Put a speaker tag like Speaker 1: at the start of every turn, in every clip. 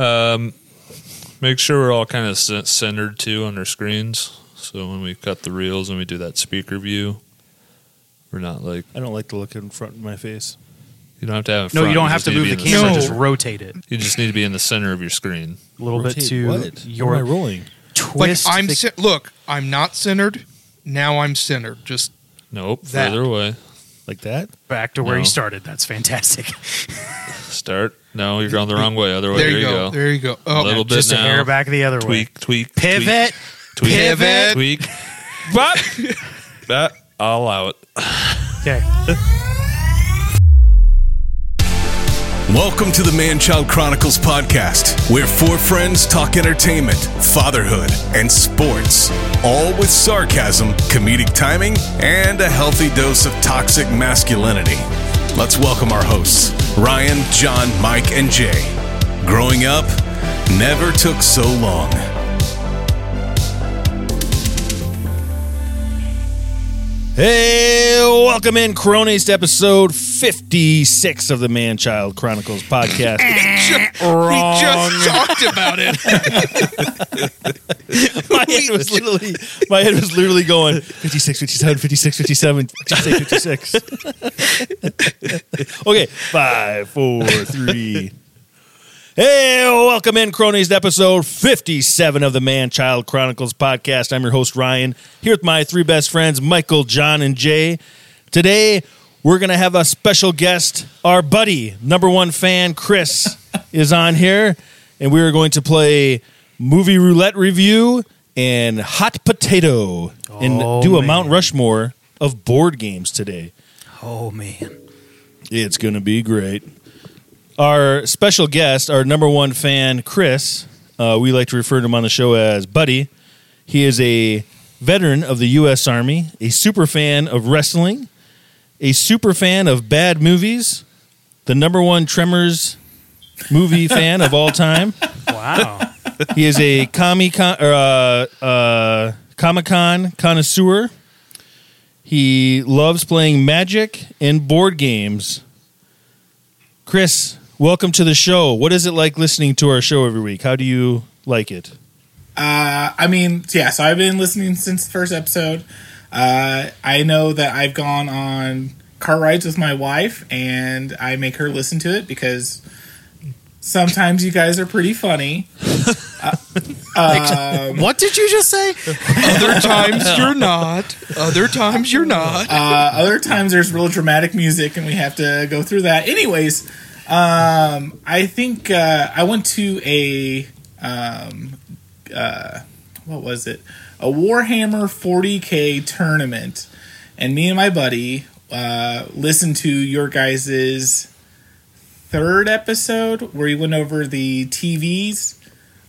Speaker 1: Um, make sure we're all kind of cen- centered too on our screens. So when we cut the reels and we do that speaker view, we're not like
Speaker 2: I don't like to look in front of my face.
Speaker 1: you don't have to have. it in
Speaker 3: No, you
Speaker 1: front,
Speaker 3: don't have
Speaker 1: just
Speaker 3: to
Speaker 1: need
Speaker 3: move
Speaker 1: be
Speaker 3: the
Speaker 1: in
Speaker 3: camera.
Speaker 1: center.
Speaker 3: Just rotate it
Speaker 1: You just need to be in the center of your screen.
Speaker 3: a little bit
Speaker 2: Rotate
Speaker 3: to
Speaker 2: what?
Speaker 3: your
Speaker 2: What am I rolling?
Speaker 4: Like
Speaker 3: twist.
Speaker 4: I'm
Speaker 3: the-
Speaker 4: cen- look, I'm not centered. Now I'm centered. Just
Speaker 1: Nope,
Speaker 4: That.
Speaker 1: further away.
Speaker 2: Like that?
Speaker 3: back to where
Speaker 1: No.
Speaker 3: you started. That's fantastic.
Speaker 1: Start. No, you're going the wrong way. Other way.
Speaker 4: there you go. There you go. Oh,
Speaker 1: A little bit
Speaker 3: Just a
Speaker 1: now.
Speaker 3: hair back the other way.
Speaker 1: Tweak, tweak,
Speaker 3: Pivot.
Speaker 1: tweak,
Speaker 4: Pivot.
Speaker 1: tweak. but that I'll allow it.
Speaker 3: Okay.
Speaker 5: Welcome to the Man Child Chronicles podcast, where four friends talk entertainment, fatherhood, and sports, all with sarcasm, comedic timing, and a healthy dose of toxic masculinity. Let's welcome our hosts, Ryan, John, Mike, and Jay. Growing up never took so long.
Speaker 2: Hey, welcome in, cronies, to episode 56 of the Man Child Chronicles podcast.
Speaker 4: we just talked about it.
Speaker 2: my, head was literally, my head was literally going 56, 57, 56, 57, 56, 56. okay, five, four, three. Hey, welcome in, cronies, to episode 57 of the Man Child Chronicles podcast. I'm your host, Ryan, here with my three best friends, Michael, John, and Jay. Today, we're going to have a special guest. Our buddy, number one fan, Chris, is on here, and we are going to play movie roulette review and hot potato
Speaker 3: Oh,
Speaker 2: and do a
Speaker 3: man.
Speaker 2: Mount Rushmore of board games today.
Speaker 3: Oh man.
Speaker 2: It's going to be great. Our special guest, our number one fan, Chris, uh, we like to refer to him on the show as Buddy. He is a veteran of the U.S. Army, a super fan of wrestling, a super fan of bad movies, the number one Tremors movie fan of all time.
Speaker 3: Wow.
Speaker 2: He is a comic con or, uh, uh, Comic Con connoisseur. He loves playing magic and board games. Chris, welcome to the show. What is it like listening to our show every week? How do you like it?
Speaker 6: Uh, I mean, yeah, so I've been listening since the first episode. Uh, I know that I've gone on car rides with my wife, and I make her listen to it because sometimes you guys are pretty funny.
Speaker 3: what did you just say?
Speaker 4: Other times you're not. Other times you're not.
Speaker 6: Uh, other times there's real dramatic music, and we have to go through that. Anyways, um, I think uh, I went to a um, uh, what was it? A Warhammer 40k tournament, and me and my buddy uh, listened to your guys's third episode where you went over the TVs,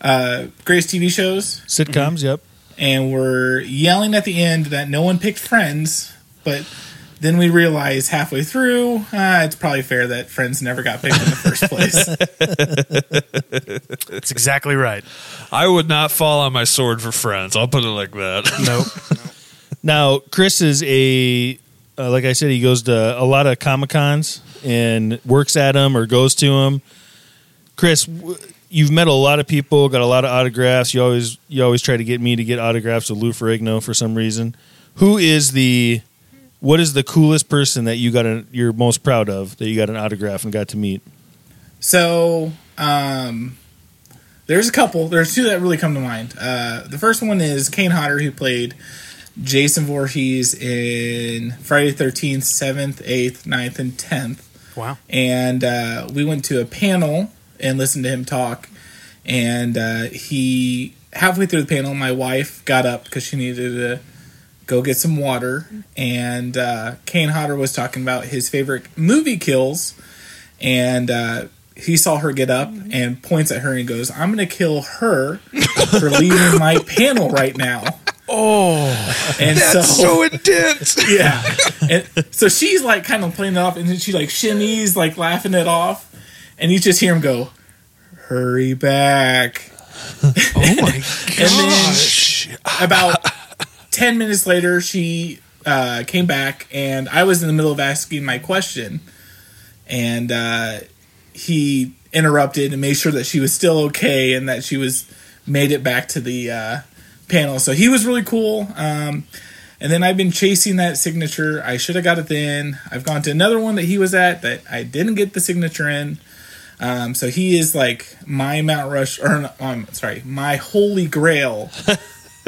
Speaker 6: uh, greatest TV shows
Speaker 2: Sitcoms, yep.
Speaker 6: and we're yelling at the end that no one picked Friends, but then we realize halfway through uh, it's probably fair that Friends never got picked in the first place.
Speaker 3: That's exactly right.
Speaker 1: I would not fall on my sword for friends. I'll put it like that.
Speaker 3: Nope.
Speaker 2: Now, Chris is a uh, like I said, he goes to a lot of comic cons and works at them or goes to them. Chris, w- you've met a lot of people, got a lot of autographs. You always you always try to get me to get autographs of Lou Ferrigno for some reason. Who is the what is the coolest person that you got a, you're most proud of that you got an autograph and got to meet?
Speaker 6: so um, there's a couple. There's two that really come to mind. Uh, the first one is Kane Hodder, who played Jason Voorhees in Friday the 13th, 7th, 8th, 9th, and 10th.
Speaker 3: Wow.
Speaker 6: and uh, we went to a panel and listened to him talk. And uh, he halfway through the panel, my wife got up because she needed to go get some water. And uh, Kane Hodder was talking about his favorite movie kills, and uh, he saw her get up and points at her and goes, "I'm going to kill her for leaving my panel right now." Oh, and
Speaker 4: so intense.
Speaker 6: yeah. And so she's like kind of playing it off, and then she like shimmies, like laughing it off, and you just hear him go, "Hurry back!"
Speaker 4: Oh my
Speaker 6: And then about ten minutes later, she uh, came back, and I was in the middle of asking my question, and uh, he interrupted and made sure that she was still okay and that she was made it back to the uh, panel. So he was really cool. Um, and then I've been chasing that signature. I should have got it then. I've gone to another one that he was at that I didn't get the signature in. Um, so he is like my Mount Rush, or no, I'm sorry, my holy grail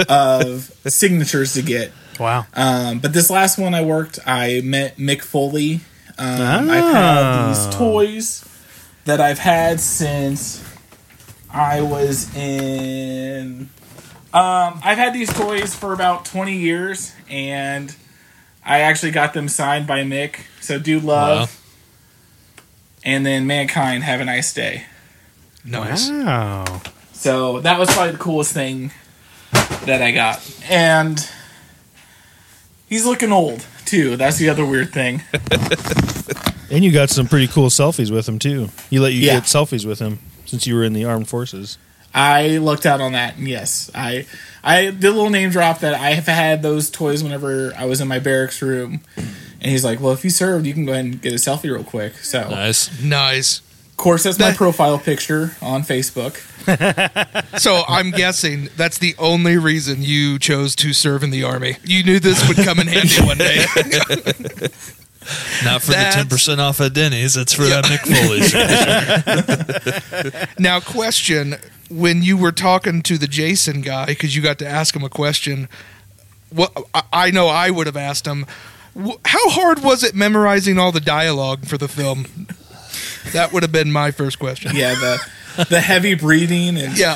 Speaker 6: of signatures to get.
Speaker 3: Wow.
Speaker 6: Um, but this last one I worked, I met Mick Foley. Um, I've had these toys that I've had since I was in. Um, I've had these toys for about 20 years, and I actually got them signed by Mick. So do love. And then mankind, have a nice day.
Speaker 4: Nice.
Speaker 3: Wow.
Speaker 6: So that was probably the coolest thing that I got. And he's looking old too. That's the other weird thing.
Speaker 2: And you got some pretty cool selfies with him too. He let you
Speaker 6: Yeah.
Speaker 2: get selfies with him since you were in the armed forces.
Speaker 6: I lucked out on that. And yes, I I did a little name drop that I have had those toys whenever I was in my barracks room. And he's like, "Well, if you served, you can go ahead and get a selfie real quick." So, of
Speaker 1: Nice.
Speaker 4: Nice.
Speaker 6: course, that's my profile picture on Facebook.
Speaker 4: So I'm guessing that's the only reason you chose to serve in the army. You knew this would come in handy one day.
Speaker 1: Not for
Speaker 4: That's-
Speaker 1: the ten percent off at Denny's. It's for that Mick Foley. shirt.
Speaker 4: Now, question: When you were talking to the Jason guy, because you got to ask him a question, what I- I know I would have asked him. wh- How hard was it memorizing all the dialogue for the film? That would have been my first question.
Speaker 6: Yeah, the the heavy breathing and
Speaker 4: Yeah,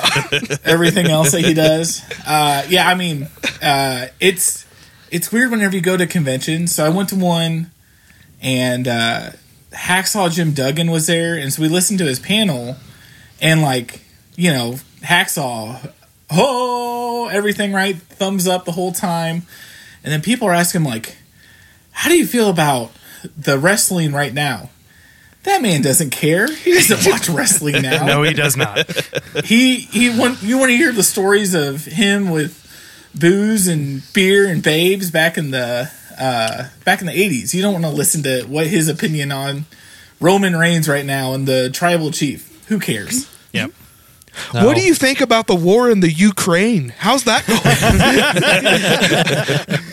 Speaker 6: everything else that he does. Uh, yeah, I mean, uh, it's it's weird whenever you go to conventions. So I went to one, and uh, Hacksaw Jim Duggan was there, and so we listened to his panel, and like you know, Hacksaw, oh, everything right, thumbs up the whole time, and then people are asking him, like, how do you feel about the wrestling right now? That man doesn't care. He doesn't watch wrestling now
Speaker 3: No, he does not.
Speaker 6: he he want you want to hear the stories of him with booze and beer and babes back in the uh, back in the eighties. You don't want to listen to what his opinion on Roman Reigns right now and the tribal chief. Who cares?
Speaker 3: Yep.
Speaker 4: What do you think about the war in the Ukraine? How's that going?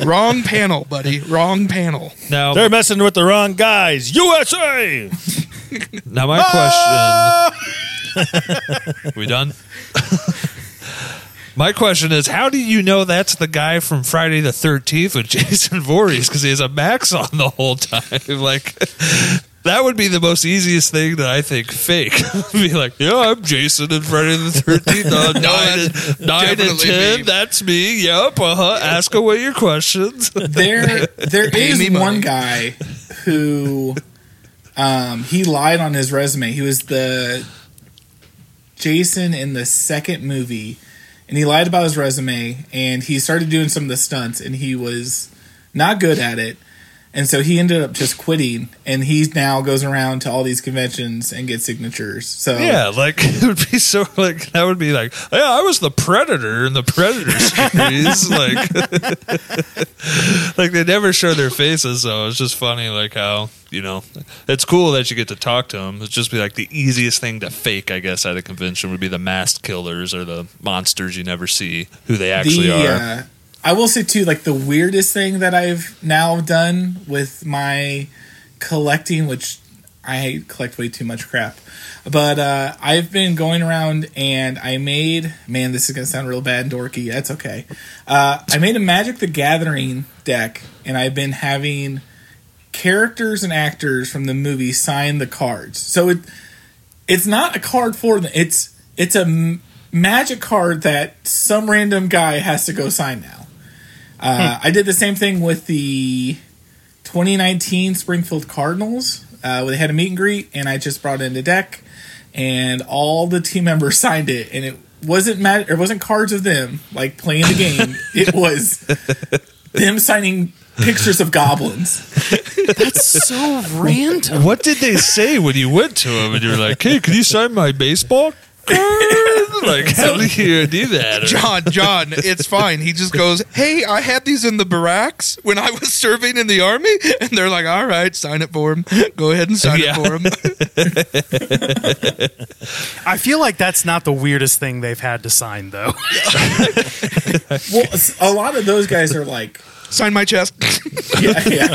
Speaker 4: Wrong panel, buddy. Wrong panel.
Speaker 1: now,
Speaker 2: They're messing with the wrong guys. USA.
Speaker 1: now my question. we done. my question is, how do you know that's the guy from Friday the Thirteenth with Jason Voorhees? Because he has a max on the whole time. like. That would be the most easiest thing that I think fake. be like, yeah, I'm Jason in Friday the Thirteenth. Uh, nine, and, nine and
Speaker 4: definitely
Speaker 1: ten,
Speaker 4: me.
Speaker 1: that's me. Yep. Uh huh. Ask away your questions.
Speaker 6: There there
Speaker 4: me
Speaker 6: is
Speaker 4: money.
Speaker 6: one guy who um, he lied on his resume. He was the Jason in the second movie, and he lied about his resume. And he started doing some of the stunts, and he was not good at it. And so he ended up just quitting, and he now goes around to all these conventions and gets signatures. So
Speaker 1: Yeah, like it would be so like that would be like yeah, I was the predator in the predator series. like, like they never show their faces, so it's just funny. Like how you know it's cool that you get to talk to them. It's just be like the easiest thing to fake, I guess, at a convention would be the masked killers or the monsters you never see who they actually
Speaker 6: the,
Speaker 1: are.
Speaker 6: Uh, I will say too, like the weirdest thing that I've now done with my collecting, which I collect way too much crap. But uh, I've been going around and I made man, this is gonna sound real bad and dorky. That's okay. Uh, I made a Magic the Gathering deck, and I've been having characters and actors from the movie sign the cards. So it it's not a card for them. It's it's a m- magic card that some random guy has to go sign now. Uh, I did the same thing with the 2019 Springfield Cardinals. Uh, where they had a meet and greet, and I just brought in the deck, and all the team members signed it, and it wasn't mag- it wasn't cards of them like playing the game. it was them signing pictures of goblins.
Speaker 3: So random.
Speaker 1: what did they say when you went to them and you're like, hey, can you sign my baseball? card?" Like, how do you do that? Or-
Speaker 4: John, John, it's fine. He just goes, Hey, I had these in the barracks when I was serving in the army. And they're like, All right, sign it for him. Go ahead and sign
Speaker 1: Yeah.
Speaker 4: it for him.
Speaker 3: I feel like that's not the weirdest thing they've had to sign, though.
Speaker 6: Well, s- a lot of those guys are like,
Speaker 4: sign my chest.
Speaker 6: yeah, yeah.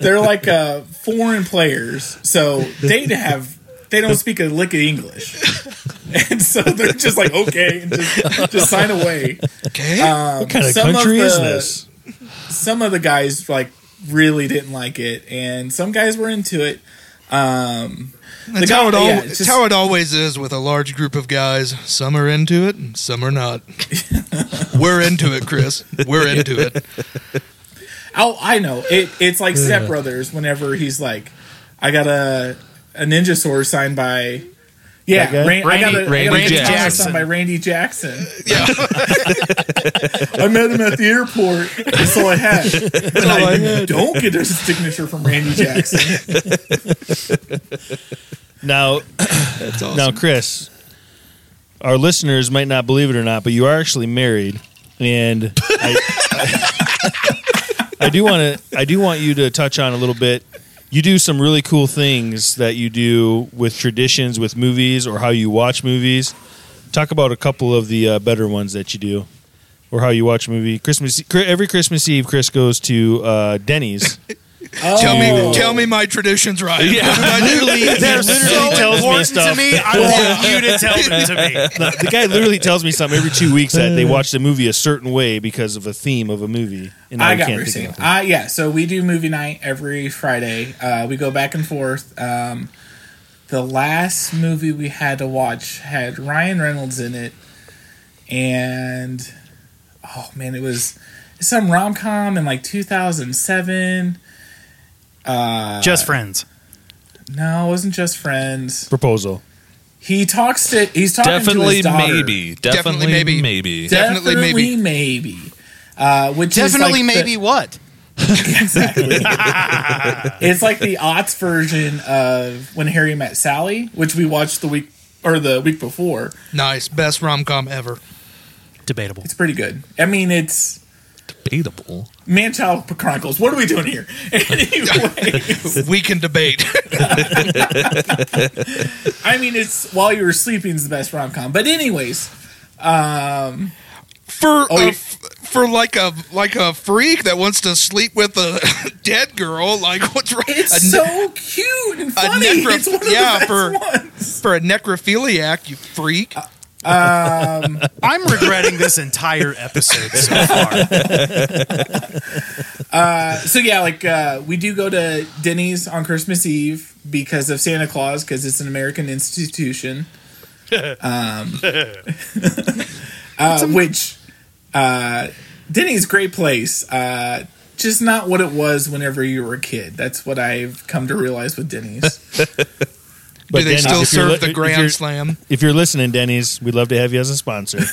Speaker 6: they're like uh, foreign players, so they have they don't speak a lick of English, and so they're just like okay, and just just sign away.
Speaker 4: okay.
Speaker 6: Um,
Speaker 2: kind of country is this?
Speaker 6: Some of the guys like really didn't like it, and some guys were into it. Um,
Speaker 4: That's
Speaker 6: the
Speaker 4: how
Speaker 6: guy-
Speaker 4: it, al-
Speaker 6: yeah,
Speaker 4: it's
Speaker 6: just-
Speaker 4: how it always is with a large group of guys. Some are into it and some are not. We're into it, Chris. We're into it.
Speaker 6: Oh, I know. It, it's like Step Brothers whenever he's like, I got a a ninja sword signed by. Yeah,
Speaker 2: guy?
Speaker 6: Ran- I got
Speaker 3: Randy-
Speaker 6: a, I got a
Speaker 3: Randy
Speaker 6: guitar
Speaker 3: Jackson.
Speaker 6: signed by Randy Jackson. Yeah, I met him at the airport. That's all I had. And I don't get a signature from Randy Jackson.
Speaker 2: Now,
Speaker 4: That's awesome.
Speaker 2: now, Chris, our listeners might not believe it or not, but you are actually married, and I, I do want to. I do want you to touch on a little bit. You do some really cool things that you do with traditions, with movies, or how you watch movies. Talk about a couple of the uh, better ones that you do, or how you watch a movie. Christmas every Christmas Eve, Chris goes to uh, Denny's.
Speaker 4: tell
Speaker 6: Oh.
Speaker 4: me, tell me my traditions right.
Speaker 2: Literally,
Speaker 3: They're so
Speaker 2: tells me
Speaker 3: important to
Speaker 2: stuff.
Speaker 3: me. I want you to tell them to me.
Speaker 2: No, the guy literally tells me something every two weeks that they watch the movie a certain way because of a theme of a movie. And
Speaker 6: I got what you're
Speaker 2: think
Speaker 6: saying.
Speaker 2: of it.
Speaker 6: Uh, yeah, so we do movie night every Friday. Uh, we go back and forth. Um, the last movie we had to watch had Ryan Reynolds in it, and oh man, it was some rom com in like 2007.
Speaker 3: Just friends.
Speaker 6: No, it wasn't just friends.
Speaker 2: Proposal.
Speaker 6: He talks to he's talking to
Speaker 1: Definitely,
Speaker 6: his daughter.
Speaker 1: maybe. Definitely,
Speaker 4: Definitely maybe.
Speaker 1: maybe.
Speaker 6: definitely,
Speaker 4: Definitely
Speaker 6: maybe
Speaker 4: maybe.
Speaker 6: maybe. Uh, which is
Speaker 7: Definitely,
Speaker 6: like the-
Speaker 7: maybe what?
Speaker 6: Exactly. it's like the aughts version of When Harry Met Sally, which we watched the week or the week before.
Speaker 4: Nice. Best rom com ever.
Speaker 3: Debatable.
Speaker 6: It's pretty good. I mean, it's
Speaker 1: Debatable.
Speaker 6: Man Child Chronicles. What are we doing here? anyway,
Speaker 4: We can debate.
Speaker 6: I mean, it's While You Were Sleeping is the best rom com. But anyways,
Speaker 4: for
Speaker 6: Oh,
Speaker 4: a
Speaker 6: you-
Speaker 4: f for like a like a freak that wants to sleep with a dead girl, like what's right?
Speaker 6: it's
Speaker 4: a, ne-
Speaker 6: so cute and funny.
Speaker 4: necro-
Speaker 6: it's one of
Speaker 4: yeah,
Speaker 6: the best
Speaker 4: for-
Speaker 6: ones.
Speaker 4: for a necrophiliac, you freak.
Speaker 2: Uh,
Speaker 3: I'm regretting this entire episode so far.
Speaker 6: So yeah, like uh, we do go to Denny's on Christmas Eve because of Santa Claus because it's an American institution. um, uh, which uh, Denny's great place, uh, just not what it was whenever you were a kid. That's what I've come to realize with Denny's.
Speaker 2: But
Speaker 4: Do they
Speaker 2: Denny's,
Speaker 4: still
Speaker 2: if you're
Speaker 4: serve
Speaker 2: li-
Speaker 4: the
Speaker 2: if you're-
Speaker 4: Grand Slam?
Speaker 2: If you're listening, Denny's, we'd love to have you as a sponsor.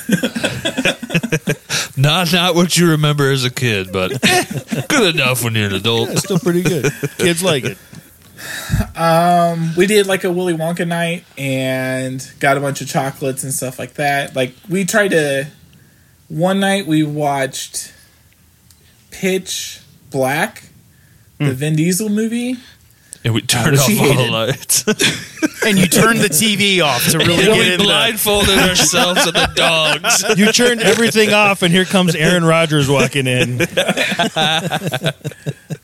Speaker 1: Not not what you remember as a kid, but good enough when you're an adult.
Speaker 2: Still pretty good. Kids like it.
Speaker 6: we did like a Willy Wonka night and got a bunch of chocolates and stuff like that. Like we tried to one night we watched Pitch Black, the Vin Diesel movie.
Speaker 1: And we turned off all the lights.
Speaker 3: And you turn the TV off to really
Speaker 1: And
Speaker 3: get
Speaker 1: we
Speaker 3: in the
Speaker 1: blindfolded ourselves and the dogs.
Speaker 2: You turned everything off, and here comes Aaron Rodgers walking in.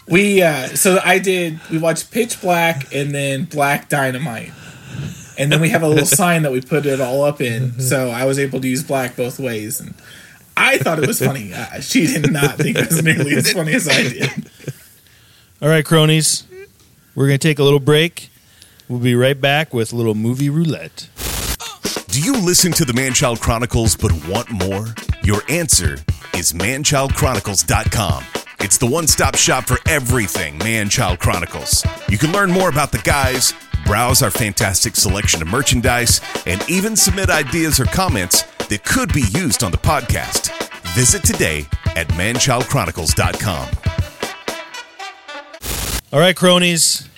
Speaker 6: We uh so I did we watched Pitch Black and then Black Dynamite. And then we have a little sign that we put it all up in. So I was able to use black both ways and I thought it was funny. Uh, she did not think it was nearly as funny as I did.
Speaker 2: All right, cronies, we're going to take a little break. We'll be right back with a little movie roulette.
Speaker 5: Do you listen to the Manchild Chronicles but want more? Your answer is manchildchronicles.com. It's the one stop shop for everything Manchild Chronicles. You can learn more about the guys, browse our fantastic selection of merchandise, and even submit ideas or comments that could be used on the podcast. Visit today at manchildchronicles.com.
Speaker 2: All right, cronies.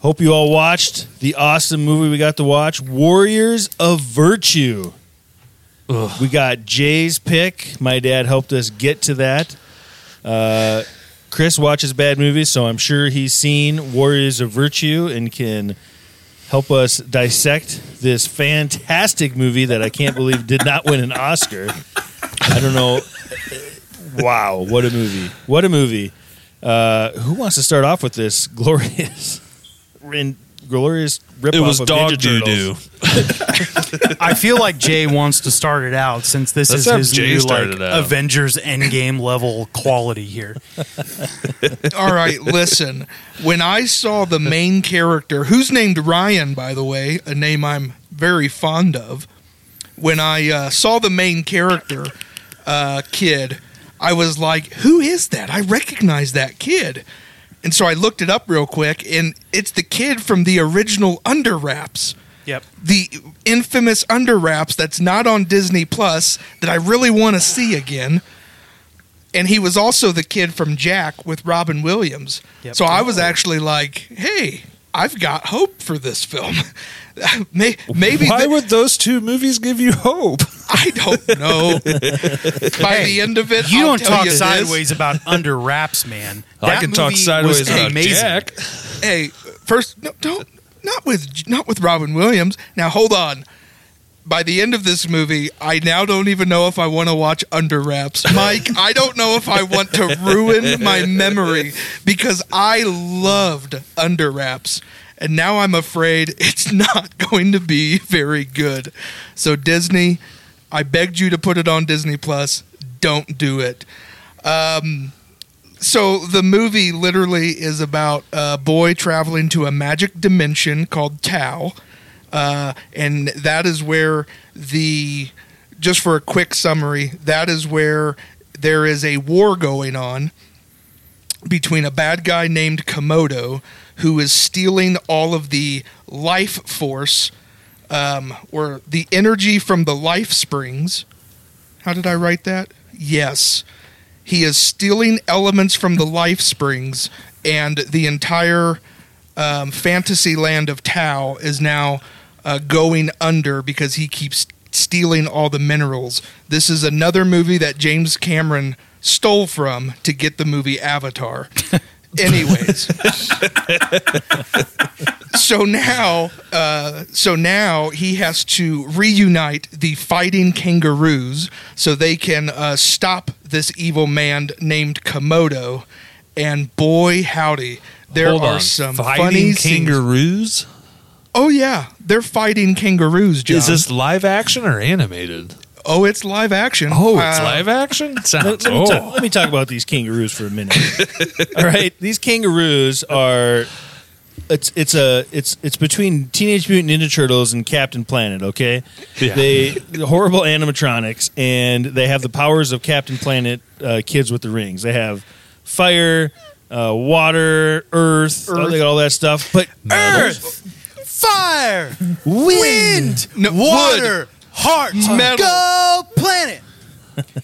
Speaker 2: Hope you all watched the awesome movie we got to watch, Warriors of Virtue. We got Jay's pick. My dad helped us get to that. Uh, Chris watches bad movies, so I'm sure he's seen Warriors of Virtue and can help us dissect this fantastic movie that I can't believe did not win an Oscar. I don't know. Wow, what a movie! What a movie! Uh, who wants to start off with this glorious, rin- glorious rip?
Speaker 1: It was
Speaker 2: of
Speaker 1: dog
Speaker 2: Ninja
Speaker 1: doo
Speaker 2: Turtles?
Speaker 1: doo.
Speaker 3: I feel like Jay wants to start it out since this
Speaker 1: Let's
Speaker 3: is
Speaker 1: have
Speaker 3: his
Speaker 1: Jay
Speaker 3: new
Speaker 1: start
Speaker 3: like
Speaker 1: it out.
Speaker 3: Avengers Endgame level quality here.
Speaker 4: All right, listen. When I saw the main character, who's named Ryan, by the way, a name I'm very fond of, when I uh, saw the main character uh, kid, I was like, who is that? I recognize that kid. And so I looked it up real quick, and it's the kid from the original Under Wraps.
Speaker 3: Yep.
Speaker 4: The infamous Under Wraps that's not on Disney Plus that I really want to see again and he was also the kid from Jack with Robin Williams.
Speaker 3: Yep.
Speaker 4: So I was actually like, "Hey, I've got hope for this film." May- Maybe
Speaker 1: Why
Speaker 4: the-
Speaker 1: would those two movies give you hope?
Speaker 4: I don't know. By the end of it,
Speaker 3: You
Speaker 4: I'll
Speaker 3: don't
Speaker 4: tell
Speaker 3: talk
Speaker 4: you this.
Speaker 3: sideways about under wraps, man.
Speaker 1: I can talk sideways about Jack.
Speaker 4: Hey, first, no, don't not with not with Robin Williams. Now hold on. By the end of this movie, I now don't even know if I want to watch Under Wraps. Mike, I don't know if I want to ruin my memory because I loved Under Wraps. And now I'm afraid it's not going to be very good. So, Disney, I begged you to put it on Disney Plus. Don't do it so the movie literally is about a boy traveling to a magic dimension called Tau, uh, and that is where the. Just for a quick summary, that is where there is a war going on between a bad guy named Komodo, who is stealing all of the life force, um, or the energy from the life springs. How did I write that? Yes he is stealing elements from the life springs and the entire um, fantasy land of tau is now uh, going under because he keeps stealing all the minerals this is another movie that james cameron stole from to get the movie avatar anyways so now uh, so now he has to reunite the fighting kangaroos so they can uh, stop this evil man named komodo and boy howdy there
Speaker 1: Hold
Speaker 4: are
Speaker 1: on.
Speaker 4: some
Speaker 1: Fighting
Speaker 4: funny scenes.
Speaker 1: kangaroos.
Speaker 4: oh yeah they're fighting kangaroos John.
Speaker 1: Is this live action or animated?
Speaker 4: oh it's live action
Speaker 1: Oh, it's
Speaker 4: Uh,
Speaker 1: live action. Sounds
Speaker 2: Let, let me ta-
Speaker 1: oh.
Speaker 2: let me talk about these kangaroos for a minute. All right, these kangaroos are it's it's a it's it's between Teenage Mutant Ninja Turtles and Captain Planet. Okay,
Speaker 1: Yeah.
Speaker 2: they the horrible animatronics, and they have the powers of Captain Planet uh, kids with the rings. They have fire, uh, water, earth, all- they got all that stuff. But
Speaker 3: Earth, fire, wind,
Speaker 4: No,
Speaker 3: water, heart,
Speaker 4: Metal.
Speaker 3: go planet.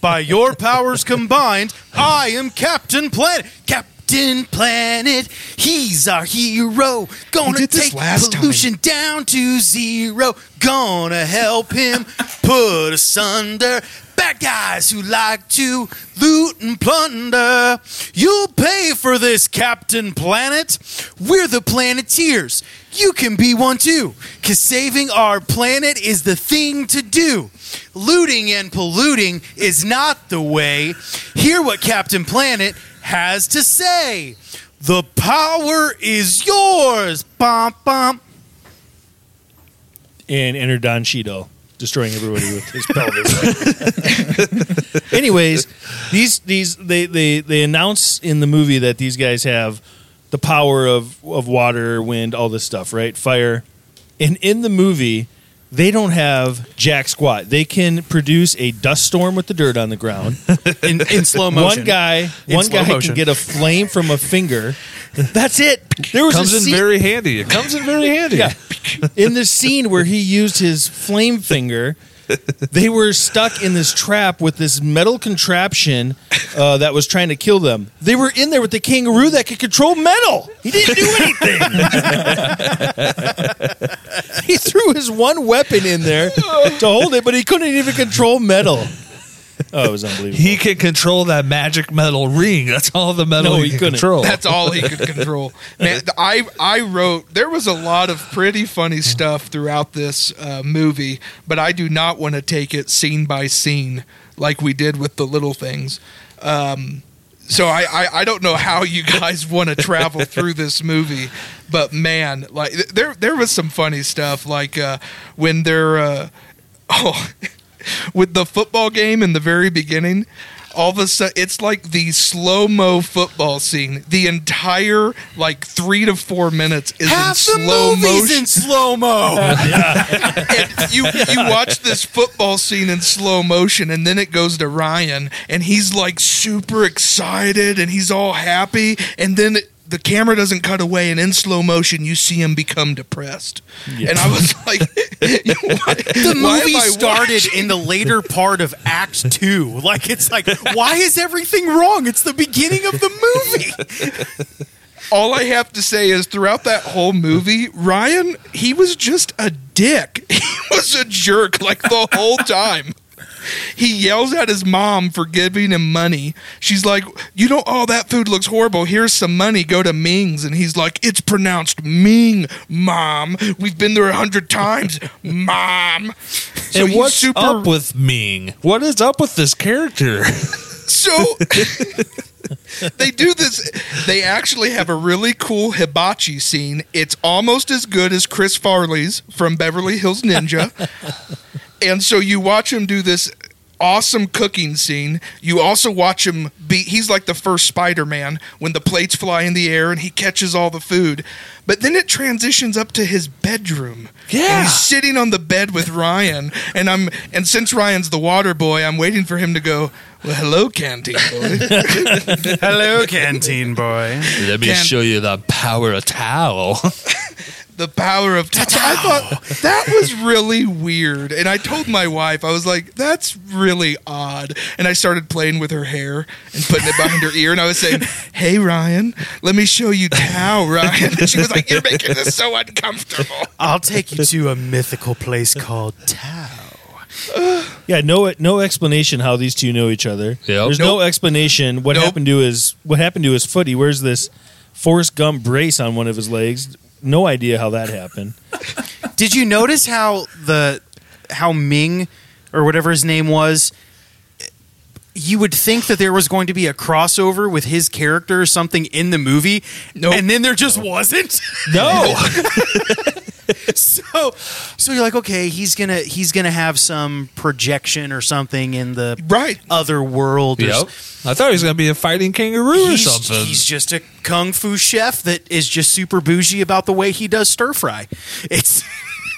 Speaker 3: By your powers combined, I am Captain Planet. Captain Planet, he's our hero. Gonna
Speaker 4: did this
Speaker 3: take
Speaker 4: last time.
Speaker 3: pollution down to zero. Gonna help him put asunder bad guys who like to loot and plunder. You'll pay for this, Captain Planet. We're the Planeteers. You can be one too, because saving our planet is the thing to do. Looting and polluting is not the way. Hear what Captain Planet has to say. The power is yours. Bom, bom.
Speaker 2: and enter Don Cheadle, destroying everybody with his pelvis. Anyways, these these they, they they announce in the movie that these guys have the power of of water, wind, all this stuff, right? Fire, and in the movie. They don't have jack squat. They can produce a dust storm with the dirt on the ground.
Speaker 3: In, in slow
Speaker 2: One guy,
Speaker 3: In
Speaker 2: one
Speaker 3: slow
Speaker 2: guy can
Speaker 3: motion.
Speaker 2: get a flame from a finger. That's it. There was
Speaker 1: Comes
Speaker 2: a
Speaker 1: in
Speaker 2: scene-
Speaker 1: very handy. It comes in very handy.
Speaker 2: yeah. In this scene where he used his flame finger they were stuck in this trap with this metal contraption uh, that was trying to kill them. They were in there with the kangaroo that could control metal. He didn't do anything. he threw his one weapon in there to hold it, but he couldn't even control metal. Oh, it was unbelievable.
Speaker 1: He can control that magic metal ring. That's all the metal
Speaker 2: No,
Speaker 1: he,
Speaker 2: he
Speaker 1: can
Speaker 2: couldn't.
Speaker 1: control.
Speaker 4: That's all he could control. Man, th- I I wrote. There was a lot of pretty funny stuff throughout this uh, movie, but I do not want to take it scene by scene like we did with the little things. Um, so I, I I don't know how you guys want to travel through this movie, but man, like th- there there was some funny stuff like uh, when they're uh, oh. with the football game in the very beginning. All of a sudden, it's like the slow mo football scene. The entire like three to four minutes is in
Speaker 3: Half the
Speaker 4: slow
Speaker 3: movie's
Speaker 4: motion.
Speaker 3: in slow mo.
Speaker 4: And you you watch this football scene in slow motion, and then it goes to Ryan, and he's like super excited, and he's all happy, and then. It, the camera doesn't cut away, and in slow motion, you see him become depressed. And I was like,
Speaker 3: the
Speaker 4: why am
Speaker 3: movie
Speaker 4: I
Speaker 3: started in the later part of Act Two. Like it's like, why is everything wrong? It's the beginning of the movie.
Speaker 4: all I have to say is throughout that whole movie, Ryan, he was just a dick. He was a jerk like the whole time. He yells at his mom for giving him money. She's like, You know, all that food looks horrible. Here's some money. Go to Ming's. And he's like, It's pronounced Ming, mom. We've been there a hundred times, mom. So
Speaker 1: and
Speaker 4: he's
Speaker 1: what's up with Ming? What is up with this character?
Speaker 4: So they do this. They actually have a really cool hibachi scene. It's almost as good as Chris Farley's from Beverly Hills Ninja. and so you watch him do this awesome cooking scene. You also watch him be he's like the first Spider-Man when the plates fly in the air and he catches all the food. But then it transitions up to his bedroom. Yeah. he's sitting on the bed with Ryan and I'm and since Ryan's the water boy, I'm waiting for him to go, "Well, hello canteen boy."
Speaker 3: Hello, canteen boy.
Speaker 1: Let me
Speaker 4: Can-
Speaker 1: show you the power of towel.
Speaker 4: the power of touch. I thought that was really weird. And I told my wife, I was like, that's really odd. And I started playing with her hair and putting it behind her ear. And I was saying, hey, Ryan, let me show you Tao, Ryan. And she was like, you're making this so uncomfortable.
Speaker 3: I'll take you to a mythical place called Tao.
Speaker 2: Yeah, no, no explanation how these two know each other.
Speaker 1: Yep.
Speaker 2: There's no explanation what
Speaker 4: Nope.
Speaker 2: happened to his what happened to his foot. He wears this Forrest Gump brace on one of his legs. No idea how that happened.
Speaker 3: Did you notice how the how Ming or whatever his name was? You would think that there was going to be a crossover with his character or something in the movie,
Speaker 4: Nope.
Speaker 3: and then there just wasn't.
Speaker 2: No,
Speaker 3: so, so you're like, okay, he's gonna he's gonna have some projection or something in the
Speaker 4: Right.
Speaker 3: other world. or
Speaker 1: yep.
Speaker 3: s-
Speaker 1: I thought he was going to be a fighting kangaroo or
Speaker 3: He's,
Speaker 1: something.
Speaker 3: he's just a kung fu chef that is just super bougie about the way he does stir fry. It's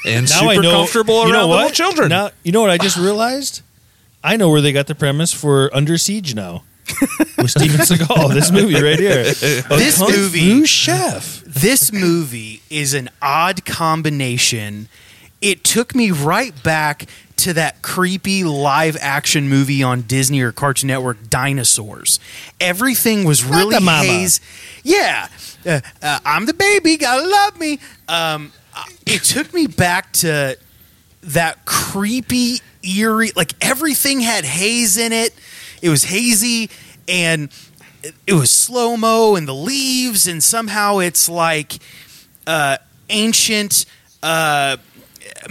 Speaker 1: and
Speaker 2: now
Speaker 1: super
Speaker 2: I know.
Speaker 1: comfortable
Speaker 2: you know
Speaker 1: around little
Speaker 2: what?
Speaker 1: children.
Speaker 2: Now you know what I just realized. I know where they got the premise for Under Siege now. With Steven Seagal, this movie right here. A
Speaker 3: This
Speaker 2: Kung
Speaker 3: movie-
Speaker 2: Fu chef.
Speaker 3: this movie is an odd combination. It took me right back to that creepy live action movie on Disney or Cartoon Network, Dinosaurs. Everything was really
Speaker 2: mama.
Speaker 3: haze. Yeah, Uh, uh, I'm the baby. Gotta love me. Um, uh, it took me back to that creepy, eerie. Like everything had haze in it. It was hazy and it- it was slow mo and the leaves, and somehow it's like uh, ancient, uh,